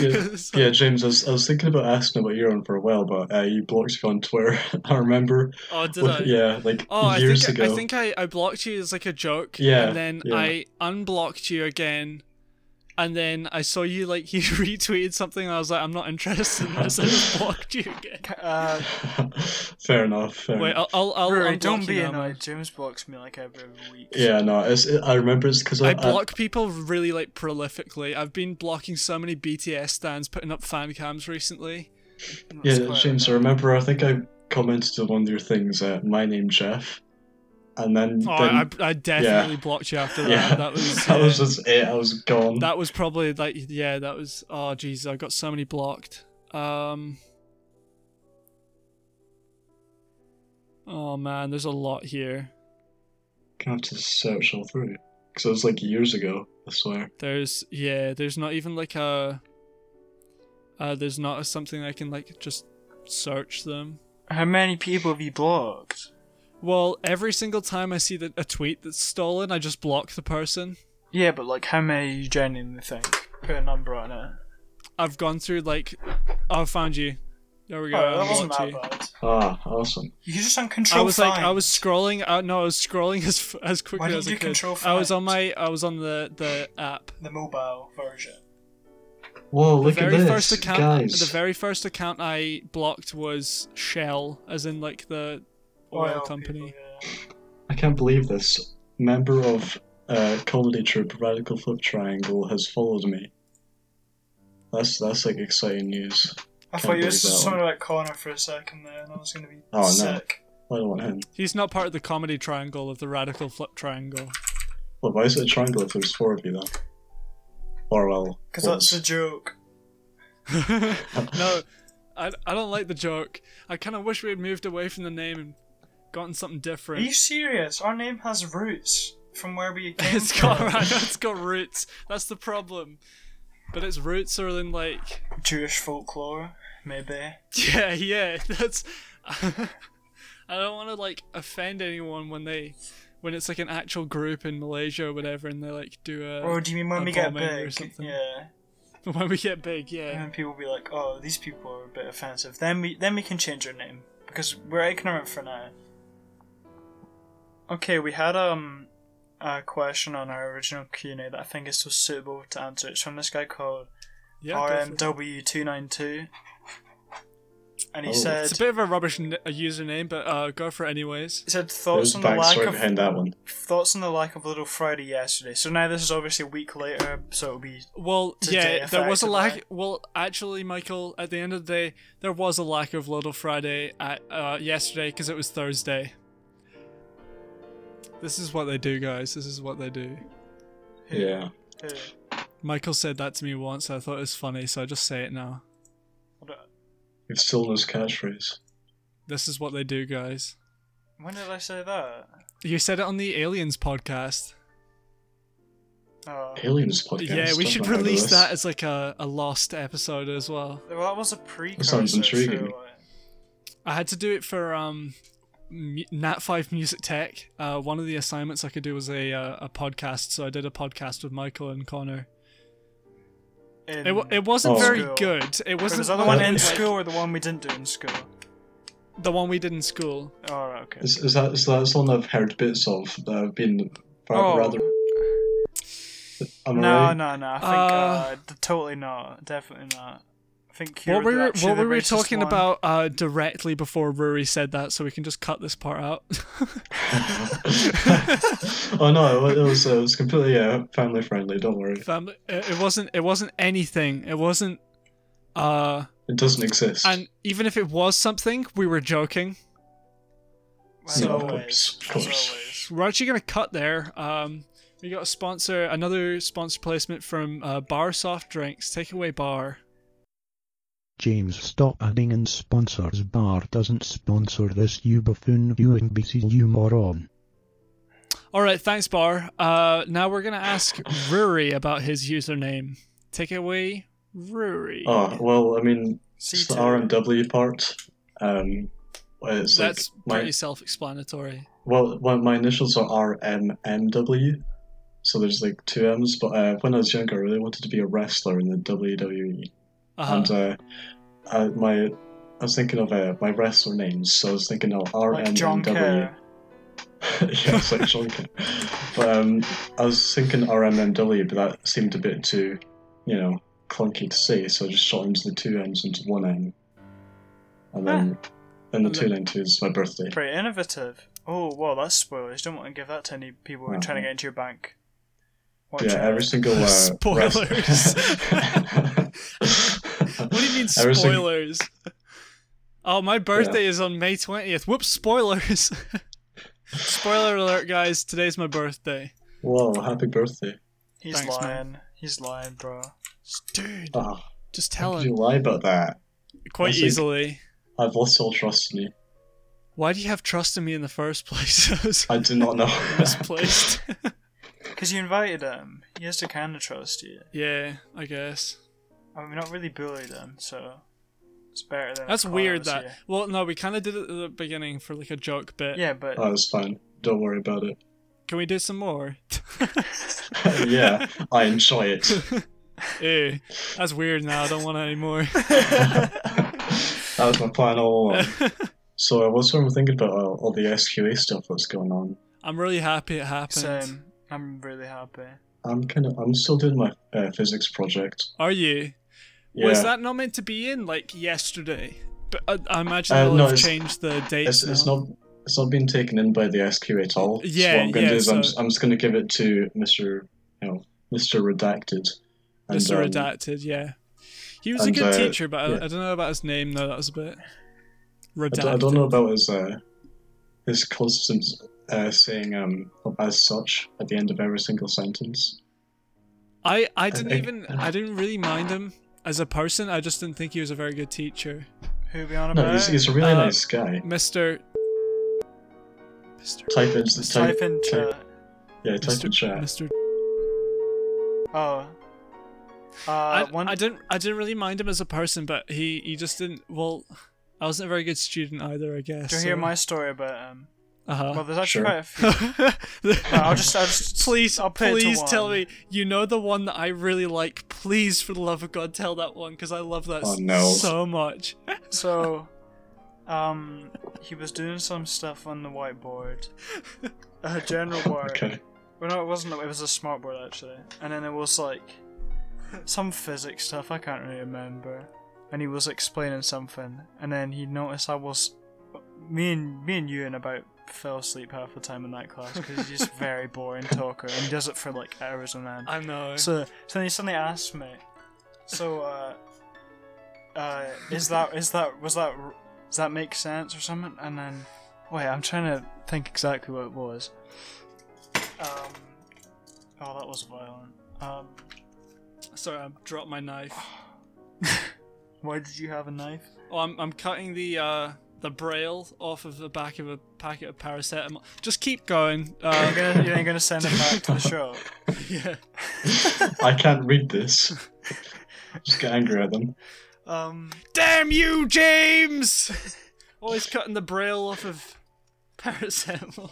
C: Yeah,
B: It's like,
C: yeah James, I was, I was thinking about asking about your own for a while, but uh, you blocked me on Twitter. I remember.
B: oh, did I?
C: Well, yeah, like
B: Oh, I
C: years
B: think
C: ago.
B: I think I, I blocked you as like a joke.
C: Yeah,
B: And then
C: yeah.
B: I unblocked you again. And then I saw you like you retweeted something. And I was like, I'm not interested in this. I just blocked you again.
A: Uh,
C: fair enough. Fair
B: Wait,
C: enough.
B: I'll I'll, I'll
A: Rory,
B: unblock
A: don't be
B: you now, man.
A: annoyed. James blocks me like every week.
C: Yeah, no, it's, it, I remember it's because I,
B: oh, I block people really like prolifically. I've been blocking so many BTS stands putting up fan cams recently.
A: That's
C: Yeah,
A: quite
C: James, I
A: annoying.
C: remember. I think I commented on one of your things. Uh, My name Jeff, and then
B: Oh,
C: then-
B: I, I definitely blocked you after that.
C: yeah,
B: That was
C: that
B: uh,
C: was just it. I was gone.
B: that was probably like yeah, that was oh jeez, I got so many blocked. Um Oh man, there's a lot here.
C: Gonna have to search all through because it was like years ago. I swear.
B: There's yeah, there's not even like a uh there's not a, something I can like just search them.
A: How many people have you blocked?
B: Well, every single time I see that a tweet that's stolen, I just block the person.
A: Yeah, but like, how many you genuinely think? Put a number on it.
B: I've gone through like, oh, I found you. There we go.
A: Oh,
B: I
A: that wasn't
B: unblocked
A: that
B: you.
A: bad.
C: Ah, awesome.
A: You just on
B: I
A: control.
B: was like, I
A: find.
B: was scrolling. Uh, no, I was scrolling as f- as quickly
A: didn't
B: as
A: you
B: I
A: do
B: could.
A: control
B: I was
A: find?
B: on my, I was on the the app.
A: the mobile version.
C: Whoa, look
B: the
C: at
B: very
C: this,
B: first account,
C: guys.
B: the very first account I blocked was Shell, as in like the oil, company.
A: people, yeah.
C: I can't believe this. Member of uh, comedy troupe Radical Flip Triangle has followed me. That's that's like exciting news.
A: I
C: Can't
A: thought you were
C: believe that
A: something
C: one.
A: about Connor for a second there, and I was going to be
C: Oh, no.
A: sick.
C: I don't want him.
B: He's not part of the comedy triangle of the radical flip triangle.
C: Well, why is it a triangle if there's four of you then? Or well,
A: Because that's a joke.
B: no, I, I don't like the joke. I kind of wish we had moved away from the name and gotten something
A: Are
B: different.
A: you serious? Our name has roots from where we came
B: It's
A: from.
B: got right, it's got roots. That's the problem. But its roots are in like
A: Jewish folklore, maybe.
B: yeah, yeah. That's I don't want to like offend anyone when they when it's like an actual group in Malaysia or whatever, and they like do a
A: or Oh, do you mean when
B: Uh, a
A: we get
B: bombing or
A: big?
B: something.
A: Yeah.
B: when we get big,
A: And
B: yeah.
A: then people will be like, "Oh, these people are a bit offensive." Then we then we can change our name because we're ignorant for now. Okay, we had um a question on our original Q and A that I think is so suitable to answer. It's from this guy called
B: yeah go for it.
A: RMW two nine two, and he
C: Oh.
A: said
B: It's a bit of a rubbish n- a username, but uh, go for it anyways.
A: he said
C: There's
A: thoughts on the lack
C: backstory
A: of
C: behind that one.
A: thoughts on the lack of Little Friday yesterday. So now this is obviously a week later, so it'll be
B: Well,
A: Today,
B: yeah, there was a
A: effectively.
B: lack. Well, actually, Michael, at the end of the day, there was a lack of Little Friday at uh, yesterday because it was Thursday. This is what they do, guys. This is what they do.
C: Yeah.
A: uh,
B: Michael said that to me once. I thought it was funny, so I just say it now.
C: It's still in his catchphrase.
B: This is what they do, guys.
A: when did I say that?
B: You said it on the Aliens podcast.
A: Oh.
C: Aliens podcast.
B: yeah, we
C: I
B: should
C: don't remember
B: release
C: this.
B: that as like a, a lost episode as well.
A: Well, that was a precursor. uh,
C: sounds intriguing.
A: surely.
B: I had to do it for um, mu- Nat Five Music Tech. Uh, one of the assignments I could do was a uh, a podcast, so I did a podcast with Michael and Connor.
A: In-
B: It wa it wasn't
C: Oh.
B: very
A: School.
B: good. It
A: was
B: wasn't
A: this other one
B: like
A: in school or the one we didn't do in school?
B: the one we did in school.
A: Oh, right, okay.
C: Is, is that is that something I've heard bits of that have been ra-
A: Oh.
C: rather? Am I
A: No,
C: right?
A: no, no. I think uh,
B: Uh,
A: d- totally not. Definitely not. I think you
B: What
A: were
B: we were
A: actually
B: what
A: the
B: we were
A: racist
B: talking
A: one.
B: about uh, directly before Rory said that, so we can just cut this part out.
C: oh no, it was it was completely yeah, family friendly. Don't worry,
B: Family. It it wasn't. It wasn't anything. It wasn't. Uh,
C: it doesn't exist.
B: and even if it was something, we were joking.
A: As
C: No, of
A: always.
C: course, of course.
A: As always.
B: We're actually gonna cut there. Um, we got a sponsor, another sponsor placement from uh, Bar Soft Drinks, Takeaway Bar.
F: James stop adding in sponsors bar doesn't sponsor this you buffoon you imbecile you moron.
B: All right, thanks, Bar. Uh, now we're gonna ask Rory about his username. Takeaway Rory.
C: oh well, I mean, it's the
A: C2.
C: RMW part. Um, it's like
B: That's
C: my-
B: pretty self-explanatory.
C: Well, my, my initials are RMMW, so there's like two M's. But uh, when I was younger, I really wanted to be a wrestler in the WWE,
B: Uh-huh.
C: and uh, I, my I was thinking of uh, my wrestler names, so I was thinking of RMMW.
A: Like John Kerr.
C: yeah, it's like John Kerr. But um, I was thinking RMMW, but that seemed a bit too, you know, clunky to say, so I just shortened the two M's into one M, and then and the
B: And
C: two nine two is my birthday.
A: Pretty innovative. Oh, wow, that's spoilers. Don't want to give that to any people who are trying to
C: Uh-huh.
A: get into your bank. Watch
C: yeah,
A: out.
C: every single uh,
B: Spoilers.
C: what
B: What do you mean spoilers? Oh, my birthday is on May 20th. Whoops, spoilers. Spoiler alert, guys. Today's my birthday.
C: Whoa! Happy birthday!
A: He's
B: Thanks, man.
A: lying. He's lying, bro.
B: Dude,
C: Oh,
B: just
C: how
B: tell
C: could you
B: him.
C: lie about that?
B: Quite
C: That's like-
B: easily.
C: I've lost all trust in you.
B: Why do you have trust in me in the first place? That was
C: I do not know.
B: misplaced.
A: Because you invited him. He has to kind of trust you.
B: yeah, I guess.
A: I mean, we not really bullied him, so it's better than.
B: Oh, That's
A: if Connor
B: weird
A: was
B: that.
A: here.
B: Well, no, we kind of did it at the beginning for like a joke bit.
A: Yeah, but
C: Oh, it's fine. Don't worry about it.
B: Can we do some more?
C: yeah, I enjoy it.
B: Ew, that's weird now. I don't want any more.
C: that was my plan all along. So I was sort of thinking about all, all the SQA stuff that's going on.
B: I'm really happy it happened.
A: Same. um, I'm really happy.
C: I'm kind of I'm still doing my uh, physics project.
B: Are you?
C: Yeah,
B: Was that not meant to be in like yesterday? But I, I imagine
C: Uh,
B: they'll
C: no,
B: have
C: it's-
B: changed the date.
C: it's, it's not it's not being taken in by the SQA at all. so
B: Yeah,
C: what I'm going to
B: yeah,
C: do is I'm,
B: so-
C: I'm just going to give it to Mister, you know, Mister Redacted. And,
B: Mr.
C: um,
B: Redacted, yeah. He was
C: and,
B: a good
C: uh,
B: teacher, but I,
C: yeah.
B: I don't know about his name though. That was a bit
C: I
B: redacted.
C: don't, I don't know about his uh, his constant uh, saying um, as such at the end of every single sentence.
B: I, I didn't
C: I-
B: even I didn't really mind him as a person. I just didn't think he was a very good teacher.
A: Who are we on about?
C: No, he's, he's a really
B: Uh,
C: nice guy.
B: Mr. Mr.
C: Type in type,
A: Type in
C: type-
A: chat.
C: yeah, type
B: Mr.
C: in chat.
B: Mr.
A: Oh. Uh,
B: I,
A: one,
B: I didn't I didn't really mind him as a person, but he he just didn't. Well, I wasn't a very good student either. I guess.
A: do you hear my story about him? Well,
B: Uh
A: there's actually
C: Oh, Sure.
A: quite a few.
B: huh.
A: No, I'll just, I'll just,
B: please,
A: I'll put it to
B: please tell
A: one.
B: me you know the one that I really like. Please, for the love of God, tell that one because I love that
C: Oh,
B: s-
C: no.
B: so much.
A: So, um, he was doing some stuff on the whiteboard, a general board.
C: Okay.
A: Well, no, it wasn't. It was a smart board actually, and then there was like some physics stuff. I can't really remember. And he was explaining something, and then he noticed I was me and me and Ewan about fell asleep half the time in that class because he's just very boring talker and he does it for like hours on end.
B: I know.
A: So, so then he suddenly asked me, so, uh, uh, is that, is that, was that, does that make sense or something? And then, wait, I'm trying to think exactly what it was. Um, oh, that was violent. Um,
B: Sorry, I dropped my knife.
A: why did you have a knife?
B: Oh, I'm I'm cutting the uh the braille off of the back of a packet of paracetamol. Just keep going.
A: You're
B: Uh,
A: gonna, you're gonna send it back to the shop.
B: yeah.
C: I can't read this. Just get angry at them.
A: Um,
B: Damn you, James! Always cutting the braille off of paracetamol.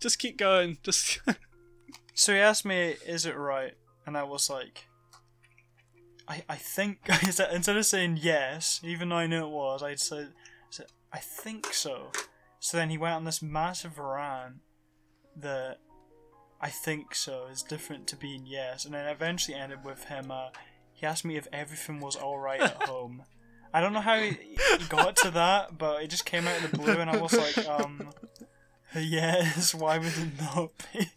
B: Just keep going. Just
A: so he asked me, is it right? And I was like, I, I think instead instead of saying yes, even though I knew it was, I said, said I think so. So then he went on this massive rant that I think so is different to being yes, and then eventually ended with him. Uh, he asked me if everything was all right at home. I don't know how he, he got to that, but it just came out of the blue, and I was like, um, yes. Why would it not be?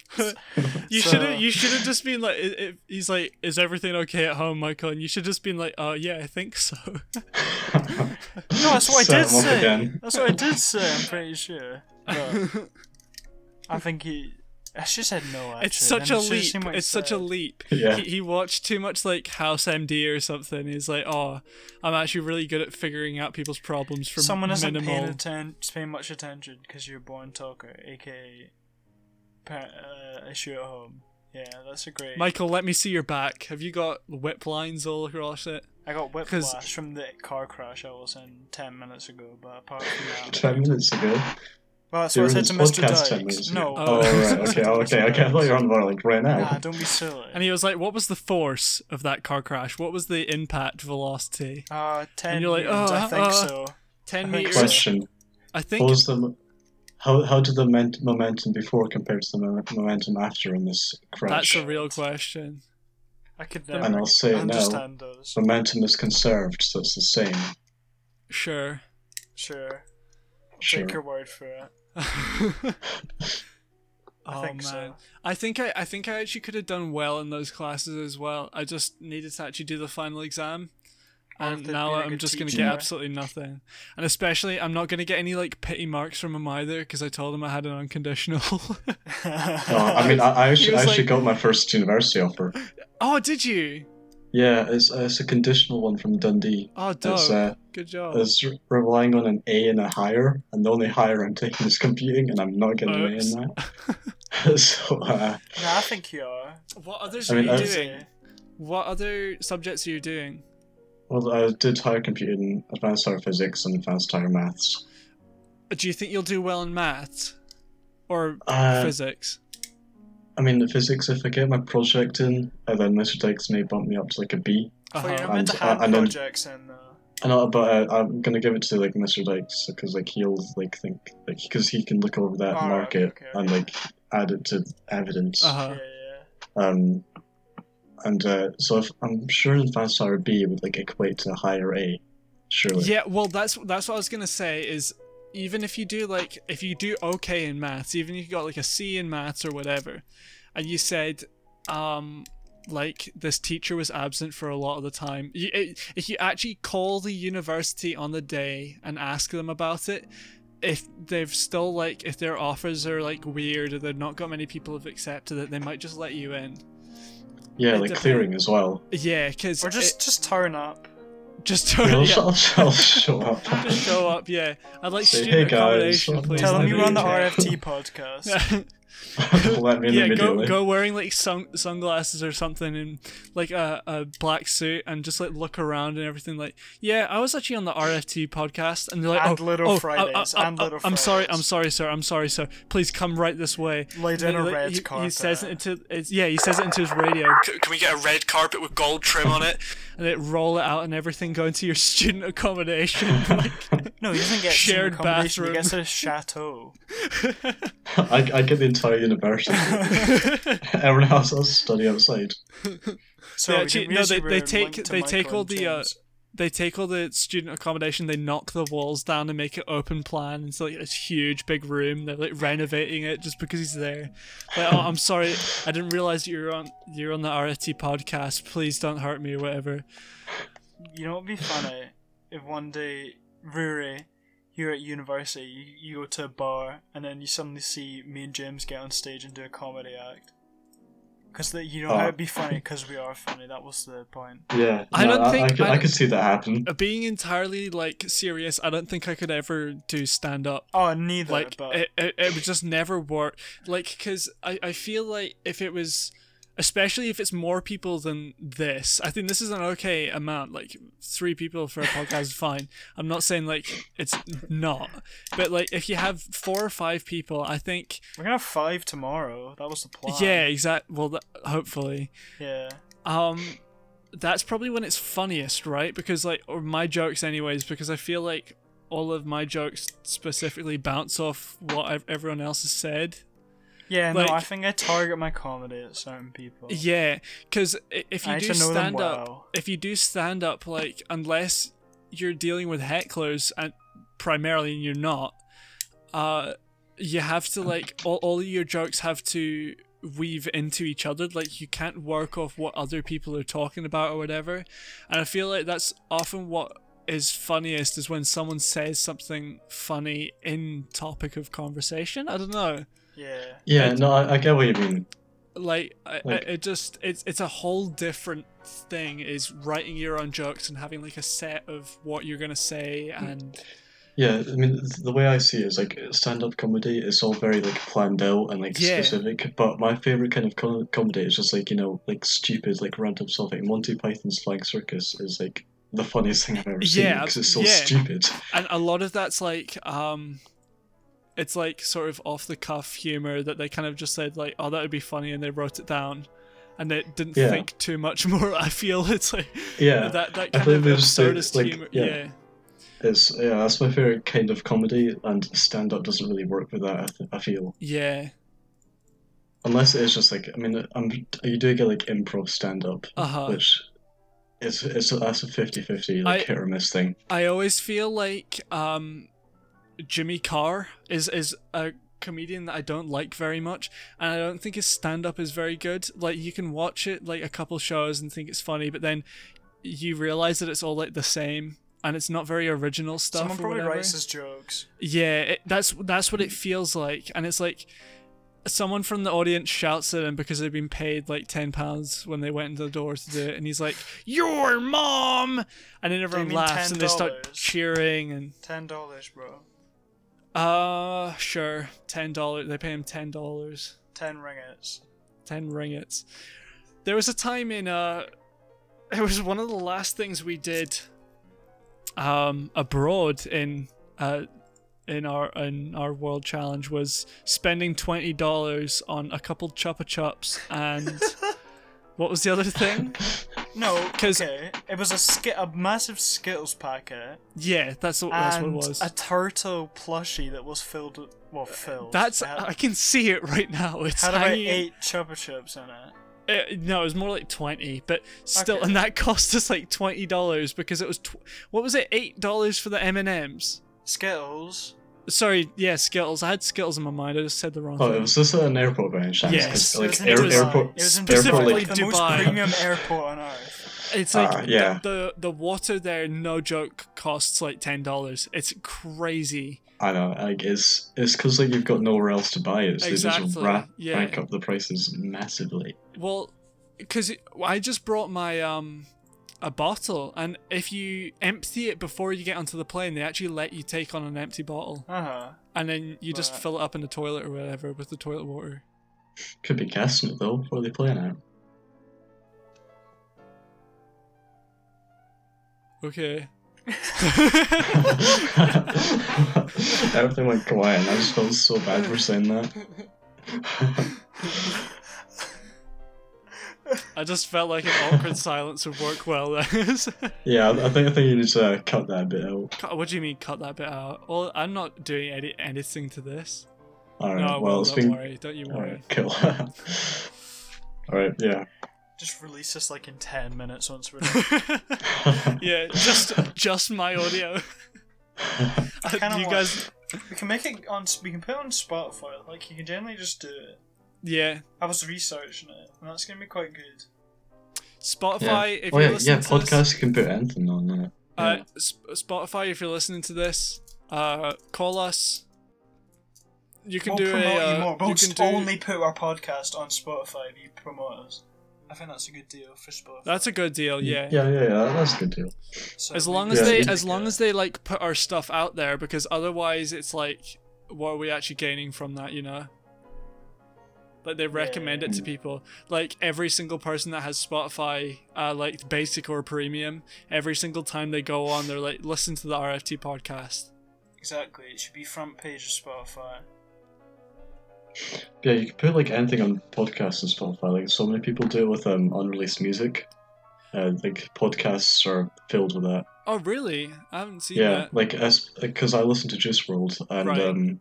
B: you
A: So-
B: should have you should have just been like i i he's like is everything okay at home, Michael? And you should just been like, oh yeah, I think so.
A: No, that's what
C: Set
A: I did
C: him up
A: say.
C: again.
A: That's what I did say. I'm pretty sure. But I think he. I should have said no. Actually,
B: it's such
A: Then
B: a
A: I should've
B: leap.
A: seen what he
B: It's such a
A: said.
B: leap.
C: Yeah.
B: He, he watched too much like House MD or something. He's like, oh, I'm actually really good at figuring out people's problems from
A: Someone isn't
B: minimal.
A: paying, atten- paying much attention because you're a born talker, aka par- uh, issue at home. Yeah, that's a great.
B: Michael, let me see your back. Have you got whip lines all across it?
A: I got
B: 'cause-
A: whiplash from the car crash I was in ten minutes ago, but apart from that,
C: Ten minutes ago.
A: well, that's
C: you
A: what
C: were
A: I
C: in
A: said
C: this
A: to
C: podcast
A: Mr.
C: ten
A: Dykes.
C: minutes ago.
A: No,
C: Oh, right. Okay, okay, okay. I thought you were on about like right now.
A: Nah, don't be silly.
B: And he was like, "What was the force of that car crash? What was the impact velocity?
A: uh, ten.
B: you're like,
A: newtons, I
B: "Uh,
A: think
B: uh,
A: so.
B: Ten
A: I think
B: meters?
C: Question:
B: I
C: What
B: think
C: was the how how did the men- momentum before compare to the mo- momentum after in this
B: that's
C: crash?
B: a real question.
A: I could
B: And
A: never
C: I'll say it now.
A: understand those.
C: Momentum is conserved, so it's the same.
B: Sure.
A: Sure.
C: Sure.
A: Take your word for it.
B: I
A: I think so.
B: Oh, I think I, I think I actually could have done well in those classes as well. I just needed to actually do the final exam.
A: Or if
B: And
A: they'd
B: now
A: been a
B: I'm
A: good
B: just going to
A: teacher.
B: get absolutely nothing. And especially, I'm not going to get any like pity marks from him either because I told him I had an unconditional.
C: No, I mean, I, I actually, I
B: was
C: actually
B: like-
C: got my first university offer.
B: oh, did you?
C: Yeah, it's, it's a conditional one from Dundee.
B: Oh, dope.
C: It's, uh,
B: Good
A: oh.
B: job.
C: It's re- relying on an A and a higher, and the only higher I'm taking is computing, and I'm not getting away
B: Oops.
C: in that. so, uh,
A: No, I think you are.
B: What others
C: I mean,
B: are you
C: that's-
B: doing? What other subjects are you doing?
C: well, I did higher computing, advanced higher physics, and advanced higher maths.
B: Do you think you'll do well in maths or
C: Uh,
B: physics?
C: I mean, the physics, if I get my project in, and then Mr. Diggs may bump me up to like a B.
A: For your
B: Uh-huh.
C: And-
A: mental
C: uh,
A: health
C: and then-
A: projects and uh,
C: I know, but uh, I'm gonna give it to like Mr. Diggs because like he'll like think like because he can look over that
A: Alright,
C: market
A: okay, okay,
C: and
A: okay.
C: like add it to evidence.
B: Uh-huh.
A: yeah, yeah.
C: Um, and uh, so if, I'm sure an advanced R B would like equate to a higher A, surely.
B: Yeah, well, that's that's what I was gonna say. Is even if you do like if you do okay in maths, even if you got like a C in maths or whatever, and you said, um, like this teacher was absent for a lot of the time. You, i if you actually call the university on the day and ask them about it. If they've still like, if their offers are like weird or they've not got many people have accepted it, they might just let you in.
C: Yeah,
B: It
C: like
B: depends.
C: clearing as well.
B: Yeah, because
A: Or just just turn up.
B: just
C: Yeah,
B: yeah.
C: I'll, I'll, I'll show up.
B: Just show up, yeah. I'd like
C: Say,
B: student
C: "Hey, guys,
B: accommodation,
C: I'm-
B: please.
A: Tell them
C: That'd
A: you
C: be
A: were on the
C: okay.
A: RFT podcast.
B: RF.
C: Let me in
B: yeah, go,
C: immediately.
B: go wearing like sun- sunglasses or something and like a, a black suit and just like look around and everything. Like, yeah, I was actually on the RFT podcast and they're like,
A: And
B: oh,
A: Little
B: oh, I-
A: Fridays,
B: I,
A: and Little
B: am sorry, I'm
A: Fridays."
B: sorry, sir. I'm sorry, sir. Please come right this way.
A: Lay down
B: And then,
A: a
B: like,
A: red
B: he, He
A: carpet.
B: says it into it's, yeah, he says it into his radio. "C- Can we get a red carpet with gold trim on it? And it roll it out and everything go into your student accommodation. like,
A: No, he doesn't get
B: Shared
A: shared bathroom. He
B: bathroom.
A: gets a chateau.
C: I, I get the entire university. Everyone else has to study outside.
A: So
B: They
A: we
B: actually-
A: can
B: no,
A: really
B: they- they
A: link
B: take-
A: to
B: they
A: Michael
B: take all
A: and
B: the, uh,
A: James.
B: they take all the student accommodation, they knock the walls down and make it open plan. It's like this huge big room. They're like renovating it just because he's there. Like, oh, I'm sorry, I didn't realize you're on you're on the RFT podcast. Please don't hurt me or whatever.
A: You know what would be funny? if one day, Ruri, you're at university, you, you go to a bar, and then you suddenly see me and James get on stage and do a comedy act. Because you know
C: Oh.
A: how it'd be funny, because we are funny, that was the point.
C: Yeah,
B: I
C: no,
B: don't
C: I,
B: think-
C: I, could,
B: I
C: I
B: don't-
C: could see that happen.
B: Uh, Being entirely like serious, I don't think I could ever do stand up.
A: Oh, neither,
B: like
A: but.
B: it, it, it would just never work like because I, I feel like if it was especially if it's more people than this i think this is an okay amount like three people for a podcast is fine i'm not saying like it's not but like if you have four or five people i think
A: We're gonna have five tomorrow, that was the plan.
B: yeah exactly well that, hopefully
A: Yeah.
B: um that's probably when it's funniest right because like or my jokes anyways because i feel like all of my jokes specifically bounce off what ev- everyone else has said
A: Yeah,
B: Like-
A: no, I think I target my comedy at certain people.
B: Yeah, because if you
A: I
B: do
A: actually know them
B: stand up,
A: well.
B: if you do stand up, like unless you're dealing with hecklers and primarily and you're not, uh, you have to like all all of your jokes have to weave into each other. Like you can't work off what other people are talking about or whatever. And I feel like that's often what is funniest is when someone says something funny in topic of conversation. I don't know
A: Yeah.
C: Yeah, no, I, I get what you mean.
B: like, I, I,
C: Like-
B: it just it's it's a whole different thing is writing your own jokes and having like a set of what you're gonna say
C: Hmm.
B: and
C: Yeah, I mean, th- the way I see it is like stand-up comedy is all very like planned out and like
B: Yeah.
C: specific. But my favorite kind of com- comedy is just like you know like stupid like random stuff. Like Monty Python's Flying Circus is like the funniest thing I've ever seen
B: Yeah,
C: because it's so
B: yeah.
C: stupid.
B: and a lot of that's like um it's like sort of off the cuff humor that they kind of just said like oh that would be funny and they wrote it down and they didn't
C: Yeah.
B: think too much more i feel it's like
C: Yeah,
B: that that
C: I
B: kind
C: think
B: of
C: they just say,
B: absurdist
C: like,
B: humor
C: yeah.
B: yeah.
C: it's yeah, that's my favorite kind of comedy, and stand-up doesn't really work with that. I, th- I feel
B: yeah
C: unless it's just like I mean, I'm you do get like improv stand-up,
B: Uh-huh.
C: which is it's that's a 50-50 like
B: I-
C: hit or miss thing.
B: I always feel like um, Jimmy Carr is is a comedian that I don't like very much, and I don't think his stand up is very good. Like you can watch it like a couple shows and think it's funny, but then you realize that it's all like the same, and it's not very original stuff.
A: Someone
B: or
A: probably
B: whatever.
A: writes his jokes.
B: Yeah, it, that's that's what it feels like, and it's like someone from the audience shouts at him because they've been paid like ten pounds when they went into the door to do it, and he's like, "Your mom," and then everyone
A: mean
B: laughs and they start
A: $10?
B: cheering and
A: Ten dollars, bro.
B: uh sure ten dollars they pay him ten dollars
A: Ten ringgits.
B: 10 ringgits. There was a time in uh it was one of the last things we did um abroad in uh in our in our world challenge was spending twenty dollars on a couple chupa chups and what was the other thing?
A: No,
B: 'Cause-
A: okay. It was a ski- a massive Skittles packet
B: Yeah, that's what that's what it
A: and
B: was.
A: a turtle plushie that was filled with well filled.
B: that's
A: It had,
B: I can see it right now. It's
A: had about
B: hanging-
A: eight chupa chips in it.
B: Uh, no, it was more like twenty, but still,
A: Okay.
B: and that cost us like twenty dollars because it was tw- what was it eight dollars for the M and M's.
A: Skittles.
B: Sorry, yeah, Skittles. I had Skittles in my mind. I just said the wrong
C: Oh,
B: thing.
C: was this at an airport by any chance?
B: Yes,
C: 'Cause,
A: it was in
C: like air,
A: Dubai.
C: airport,
A: It was in
C: airport,
B: Dubai.
A: Dubai,
C: like
A: the most
B: Dubai.
A: premium airport on earth.
B: It's like
C: Ah, yeah.
B: the, the the water there, no joke, costs like ten dollars. It's crazy.
C: I know, like it's it's because like you've got nowhere else to buy it, so they just
B: Exactly,
C: ra-
B: yeah.
C: rank up the prices massively.
B: Well, because I just brought my um a bottle, and if you empty it before you get onto the plane, they actually let you take on an empty bottle,
A: Uh huh.
B: and then you just
A: Right.
B: fill it up in the toilet or whatever with the toilet water.
C: Could be guessing it though. What are they playing at?
B: Okay.
C: Everything went quiet, and I just felt so bad for saying that.
B: I just felt like an awkward silence would work well. there.
C: yeah, I I think I think you need to uh, cut that bit out.
B: what do you mean cut that bit out? Well, I'm not doing any- anything to this.
C: All right,
B: no,
C: Uh, well,
B: well,
C: it's
B: don't
C: been
B: worry. Don't you
C: all
B: worry.
C: right, cool. all right, yeah.
A: Just release this like in ten minutes once we're done.
B: yeah, just just my audio. Uh,
A: I kinda
B: you
A: want-
B: guys,
A: we can make it on. We can put it on Spotify. Like you can generally just do it.
B: yeah.
A: I was researching it, and that's gonna be quite good.
B: Spotify,
C: yeah.
B: if
C: oh
B: you're
C: yeah,
B: listening
C: yeah.
B: to this,
C: Podcasts can put anything on it.
B: uh,
C: Yeah.
B: Sp- Spotify, if you're listening to this, uh, call us. You can
A: we'll
B: do
A: promote
B: a. Uh,
A: you more. We'll
B: you can
A: just
B: do,
A: only put our podcast on Spotify if you promote us. I think that's a good deal for Spotify.
B: That's a good deal. oh, Yeah.
C: yeah, yeah, yeah. That's a good deal.
A: So
B: As
A: maybe
B: long
A: we
B: as
C: Yeah.
A: should
B: they,
A: make
B: as long
A: a-
B: as they like put our stuff out there, because otherwise it's like, what are we actually gaining from that? You know. Like they recommend it to people. Like every single person that has Spotify, uh, like basic or premium, every single time they go on, they're like, listen to the RFT podcast.
A: exactly, it should be front page of Spotify.
C: Yeah, you can put like anything on podcasts and Spotify. Like so many people do it with um unreleased music. Uh, like podcasts are filled with that.
B: Oh really? I haven't seen
C: Yeah,
B: that.
C: like as because I listen to Juice World and
B: Right.
C: um,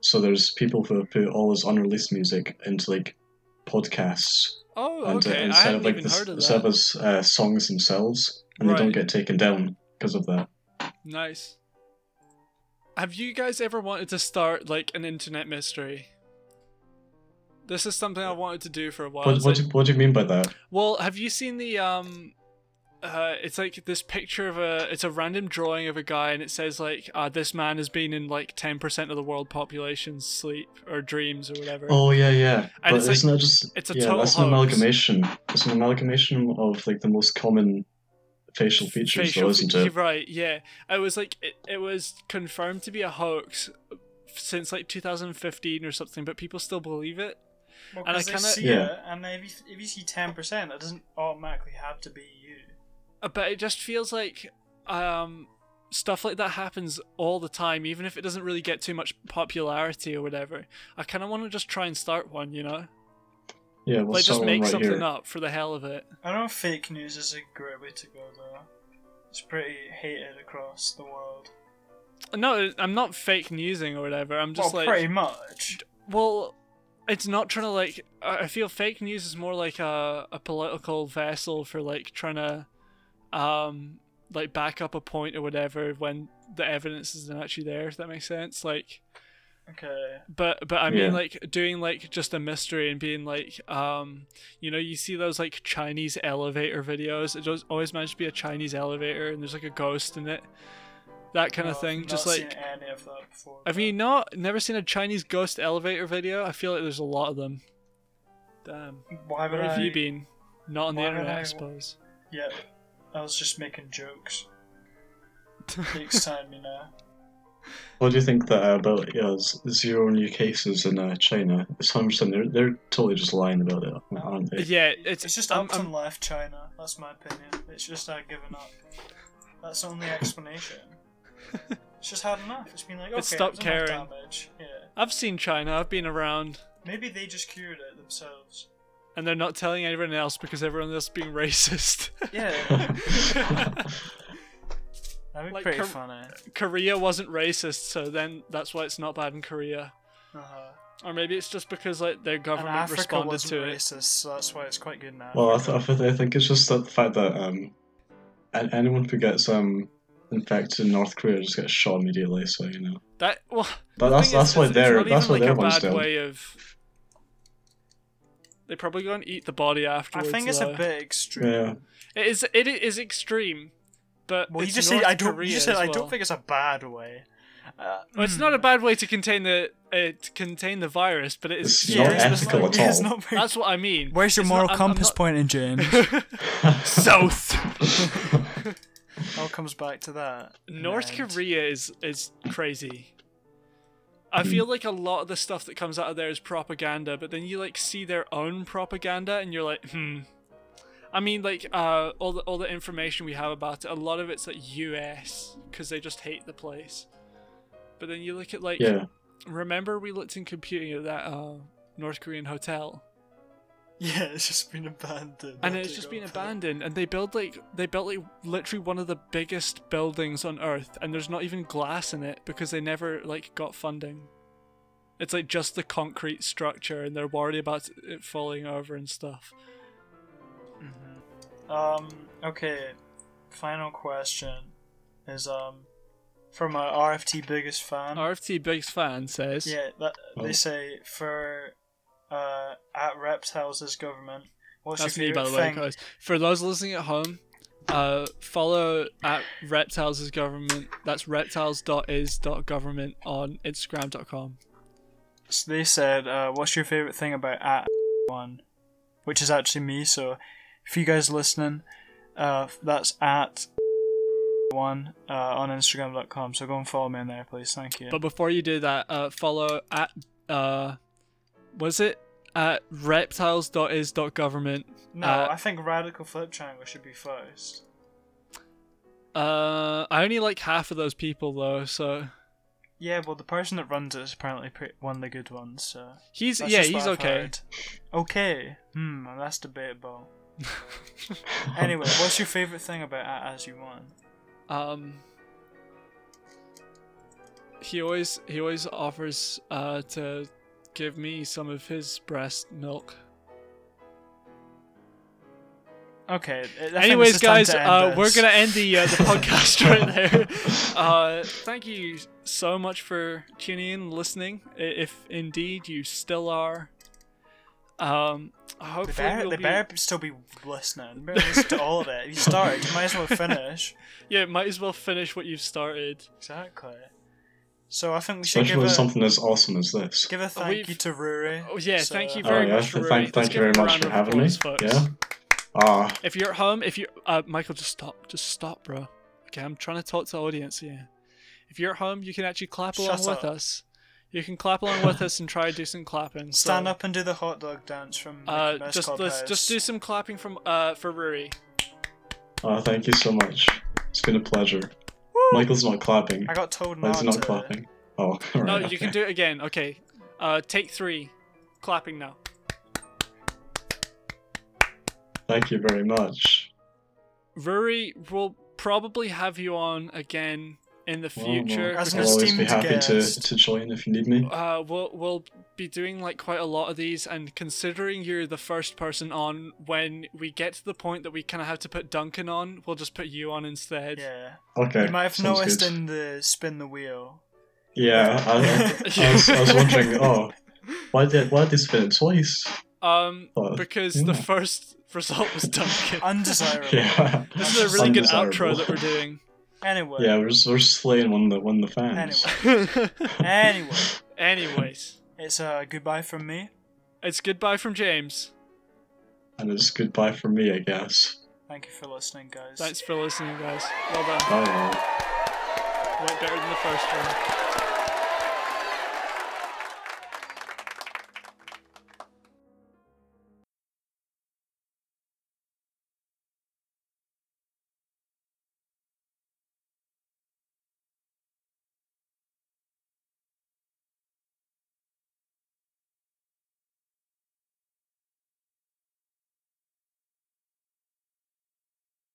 C: so there's people who have put all this unreleased music into like podcasts
B: Oh
C: and uh,
B: okay. I
C: instead
B: haven't
C: of like
B: even
C: the,
B: heard of
C: instead of
B: that.
C: as uh, songs themselves, and they don't
B: Right.
C: get taken down because of that.
B: Nice. Have you guys ever wanted to start like an internet mystery? This is something I wanted to do for a while.
C: what
B: It's
C: what,
B: like-
C: do, what do you mean by that?
B: Well, have you seen the um uh it's like this picture of a it's a random drawing of a guy and it says like uh this man has been in like 10% of the world population's sleep or dreams or whatever.
C: Oh yeah, yeah.
B: And
C: but
B: it's, like,
C: isn't that just
B: it's a
C: yeah?
B: total
C: That's an
B: hoax.
C: amalgamation. It's an amalgamation of like the most common facial features,
B: facial
C: though, isn't
B: fe-
C: it?
B: you're right yeah it was like it, it was confirmed to be a hoax since like 2015 or something but people still believe it
A: Well,
B: And I
A: 'cause they
B: kinda-
A: see
C: Yeah.
A: it, and if you, if you see ten percent, that doesn't automatically have to be you.
B: Uh, but it just feels like um stuff like that happens all the time even if it doesn't really get too much popularity or whatever i kind of want to just try and start one you know
C: Yeah, we'll
B: like
C: start
B: just
C: one
B: make
C: right
B: something
C: here.
B: up for the hell of it
A: I know fake news is a great way to go though. It's pretty hated across the world.
B: no i'm not fake newsing or whatever i'm just
A: well,
B: like
A: pretty much.
B: Well, it's not trying to like. I I feel fake news is more like a, a political vessel for like trying to, um, like back up a point or whatever when the evidence isn't actually there. If that makes sense, like.
A: Okay.
B: But but I mean
C: Yeah.
B: like doing like just a mystery and being like um you know you see those like Chinese elevator videos it just always managed to be a Chinese elevator and there's like a ghost in it that kind of
A: No,
B: thing
A: I've
B: just
A: not
B: like
A: seen any of that before.
B: have
A: but-
B: you not never seen a Chinese ghost elevator video? I feel like there's a lot of them. Damn.
A: Why would
B: Where have
A: I?
B: you been? Not on the
A: why would
B: internet, I,
A: I-
B: suppose.
A: Yep. I was just making jokes. Takes time, you know.
C: What do you think that uh, about yeah, z- zero new cases in uh, China? It's hundred percent. They're they're totally just lying about it, aren't they?
B: Yeah, it's,
A: It's, just
B: I'm-
A: up
B: I'm-
A: and left China. That's my opinion. It's just I giving up. That's the only explanation. It's It's just had enough. It's been like okay,
B: It's stopped
A: there's enough
B: caring.
A: Damage. Yeah.
B: I've seen China. I've been around,
A: Maybe they just cured it themselves.
B: and they're not telling anyone else because everyone else is being racist.
A: Yeah, that'd be
B: Like
A: pretty
B: Cor-
A: funny.
B: Korea wasn't racist, so then that's why it's not bad in Korea.
A: Uh-huh.
B: Or maybe it's just because like their
A: And
B: government
A: Africa
B: responded
A: wasn't
B: to it.
A: racist, so that's why it's quite good now.
C: Well, I, th- I, th- I think it's just that the fact that um, a- anyone who gets um, infected in North Korea just gets shot immediately. So you know,
B: That well,
C: But
B: the
C: that's-
B: thing
C: that's
B: is,
C: why
B: it's-
C: they're-
B: it's not
C: that's
B: even,
C: why
B: like
C: they're
B: a
C: ones
B: bad
C: down.
B: way of. They probably go and eat the body
A: I
B: afterwards. uh,
A: think it's a
B: though.
A: bit extreme.
C: yeah,
B: It is. It is extreme, but
A: Well, you
B: it's
A: just
B: North
A: said I don't.
B: Korea
A: you just said
B: as
A: I
B: well.
A: don't think it's a bad way. Uh,
B: Well, it's not a bad way to contain the uh, to contain the virus, but it is.
C: It's
B: yeah,
C: not
B: it's
C: ethical
B: like-
C: at all.
A: it's not very-
B: That's what I mean.
A: Where's your
B: It's
A: moral
B: not- I'm- I'm
A: compass
B: not-
A: pointing, James?
B: South.
A: all comes back to that. in the
B: North
A: end.
B: Korea is is crazy. I feel like a lot of the stuff that comes out of there is propaganda, but then you like see their own propaganda and you're like, hmm. I mean, like uh, all the all the information we have about it, a lot of it's like U.S. because they just hate the place. But then you look at like,
C: yeah.
B: remember we looked in computing at that uh, North Korean hotel,
A: Yeah, it's just been abandoned.
B: and
A: after
B: it's
A: you
B: just
A: go
B: been
A: up there.
B: abandoned. And they build like they built like literally one of the biggest buildings on Earth, and there's not even glass in it because they never like got funding. It's like just the concrete structure, and they're worried about it falling over and stuff.
A: Um. Okay. Final question is um from our RFT biggest fan.
B: RFT Bigs fan says,
A: yeah, that,
C: Oh.
A: they say for uh at reptiles' government. What's
B: "That's
A: your
B: me, by
A: favorite
B: the way,
A: thing?
B: guys." For those listening at home, uh, follow at Reptiles' government. That's reptiles.is.government on Instagram.com.
A: So they said, uh, "What's your favorite thing about at one?" Which is actually me. So, if you guys listening, uh, that's at one uh, on Instagram.com. So go and follow me in there, please. Thank you.
B: But before you do that, uh, follow at uh, was it at reptiles.is.government.
A: no,
B: uh,
A: I think radical flip triangle should be first.
B: Uh, I only like half of those people though, so
A: Yeah, well, the person that runs it is apparently pre- one of the good ones. So
B: he's
A: that's
B: yeah,
A: just what
B: he's
A: I've
B: okay.
A: heard. Okay. Hmm, that's debatable. anyway, what's your favorite thing about at as you one?
B: Um, he always he always offers uh to give me some of his breast milk.
A: Okay. I think this
B: Anyways,
A: is time
B: guys,
A: to end
B: uh,
A: this.
B: we're gonna end the uh, the podcast right there. Uh, thank you so much for tuning in, listening. i- If indeed you still are, um,
A: They
B: hopefully
A: better,
B: we'll
A: they
B: be-
A: better still be listening. They better listen to all of it. If you started, you might as well finish.
B: yeah, might as well finish what you've started.
A: Exactly. So I think we should
C: Especially
A: give
C: with
A: a,
C: something as awesome as this.
A: give a thank
B: Oh, We've-
A: you to Ruri.
B: Oh yeah,
A: So- uh,
B: thank you
C: Oh
B: very
C: yeah,
B: much,
C: th-
B: Rory.
C: thank,
B: Let's
C: thank
B: give
C: you very
B: him a
C: much
B: round
C: for
B: of
C: having me.
B: applause, folks.
C: Yeah. Ah,
B: If you're at home, if you uh, Michael, just stop, just stop, bro. Okay, I'm trying to talk to the audience here. If you're at home, you can actually clap along
A: Shut up.
B: with us. You can clap along with us and try to do some clapping. so-
A: Stand up and do the hot dog dance from
B: Uh,
A: Mickey Mouse
B: just let's just do
A: Clubhouse.
B: some clapping from uh for Ruri.
C: ah, thank you so much. It's been a pleasure. Michael's not clapping.
A: I got told not
C: Mine's
A: to.
C: not clapping. Oh, all right.
B: uh, No,
C: okay.
B: you can do it again. Okay, uh, take three, clapping now.
C: Thank you very much.
B: Ruri will probably have you on again in the
C: Well, well,
B: future.
A: As an
C: I'll always be
A: esteemed
C: happy to,
A: guest.
C: to join if you need me.
B: uh, we'll we'll be doing like quite a lot of these, and considering you're the first person on, when we get to the point that we kind of have to put Duncan on, we'll just put you on instead.
A: Yeah.
C: Okay.
A: You might have
C: sounds
A: noticed
C: good.
A: in the spin the wheel.
C: Yeah, I, I, I, was, I was wondering. Oh, why did why did they spin it twice?
B: Um,
C: Oh,
B: because the
C: yeah.
B: first result was Duncan.
A: Undesirable.
C: Yeah.
B: this is a really good outro
C: Undesirable.
B: that we're doing.
A: Anyway.
C: Yeah, we're just, we're just slaying one the one the fans.
A: Anyway. anyway.
B: Anyways,
A: It's a uh, goodbye from me.
B: it's goodbye from James.
C: And it's goodbye for me, I guess.
A: Thank you for listening, guys.
B: Thanks for listening, guys. Well done.
C: Bye. all.
B: Went better than the first one.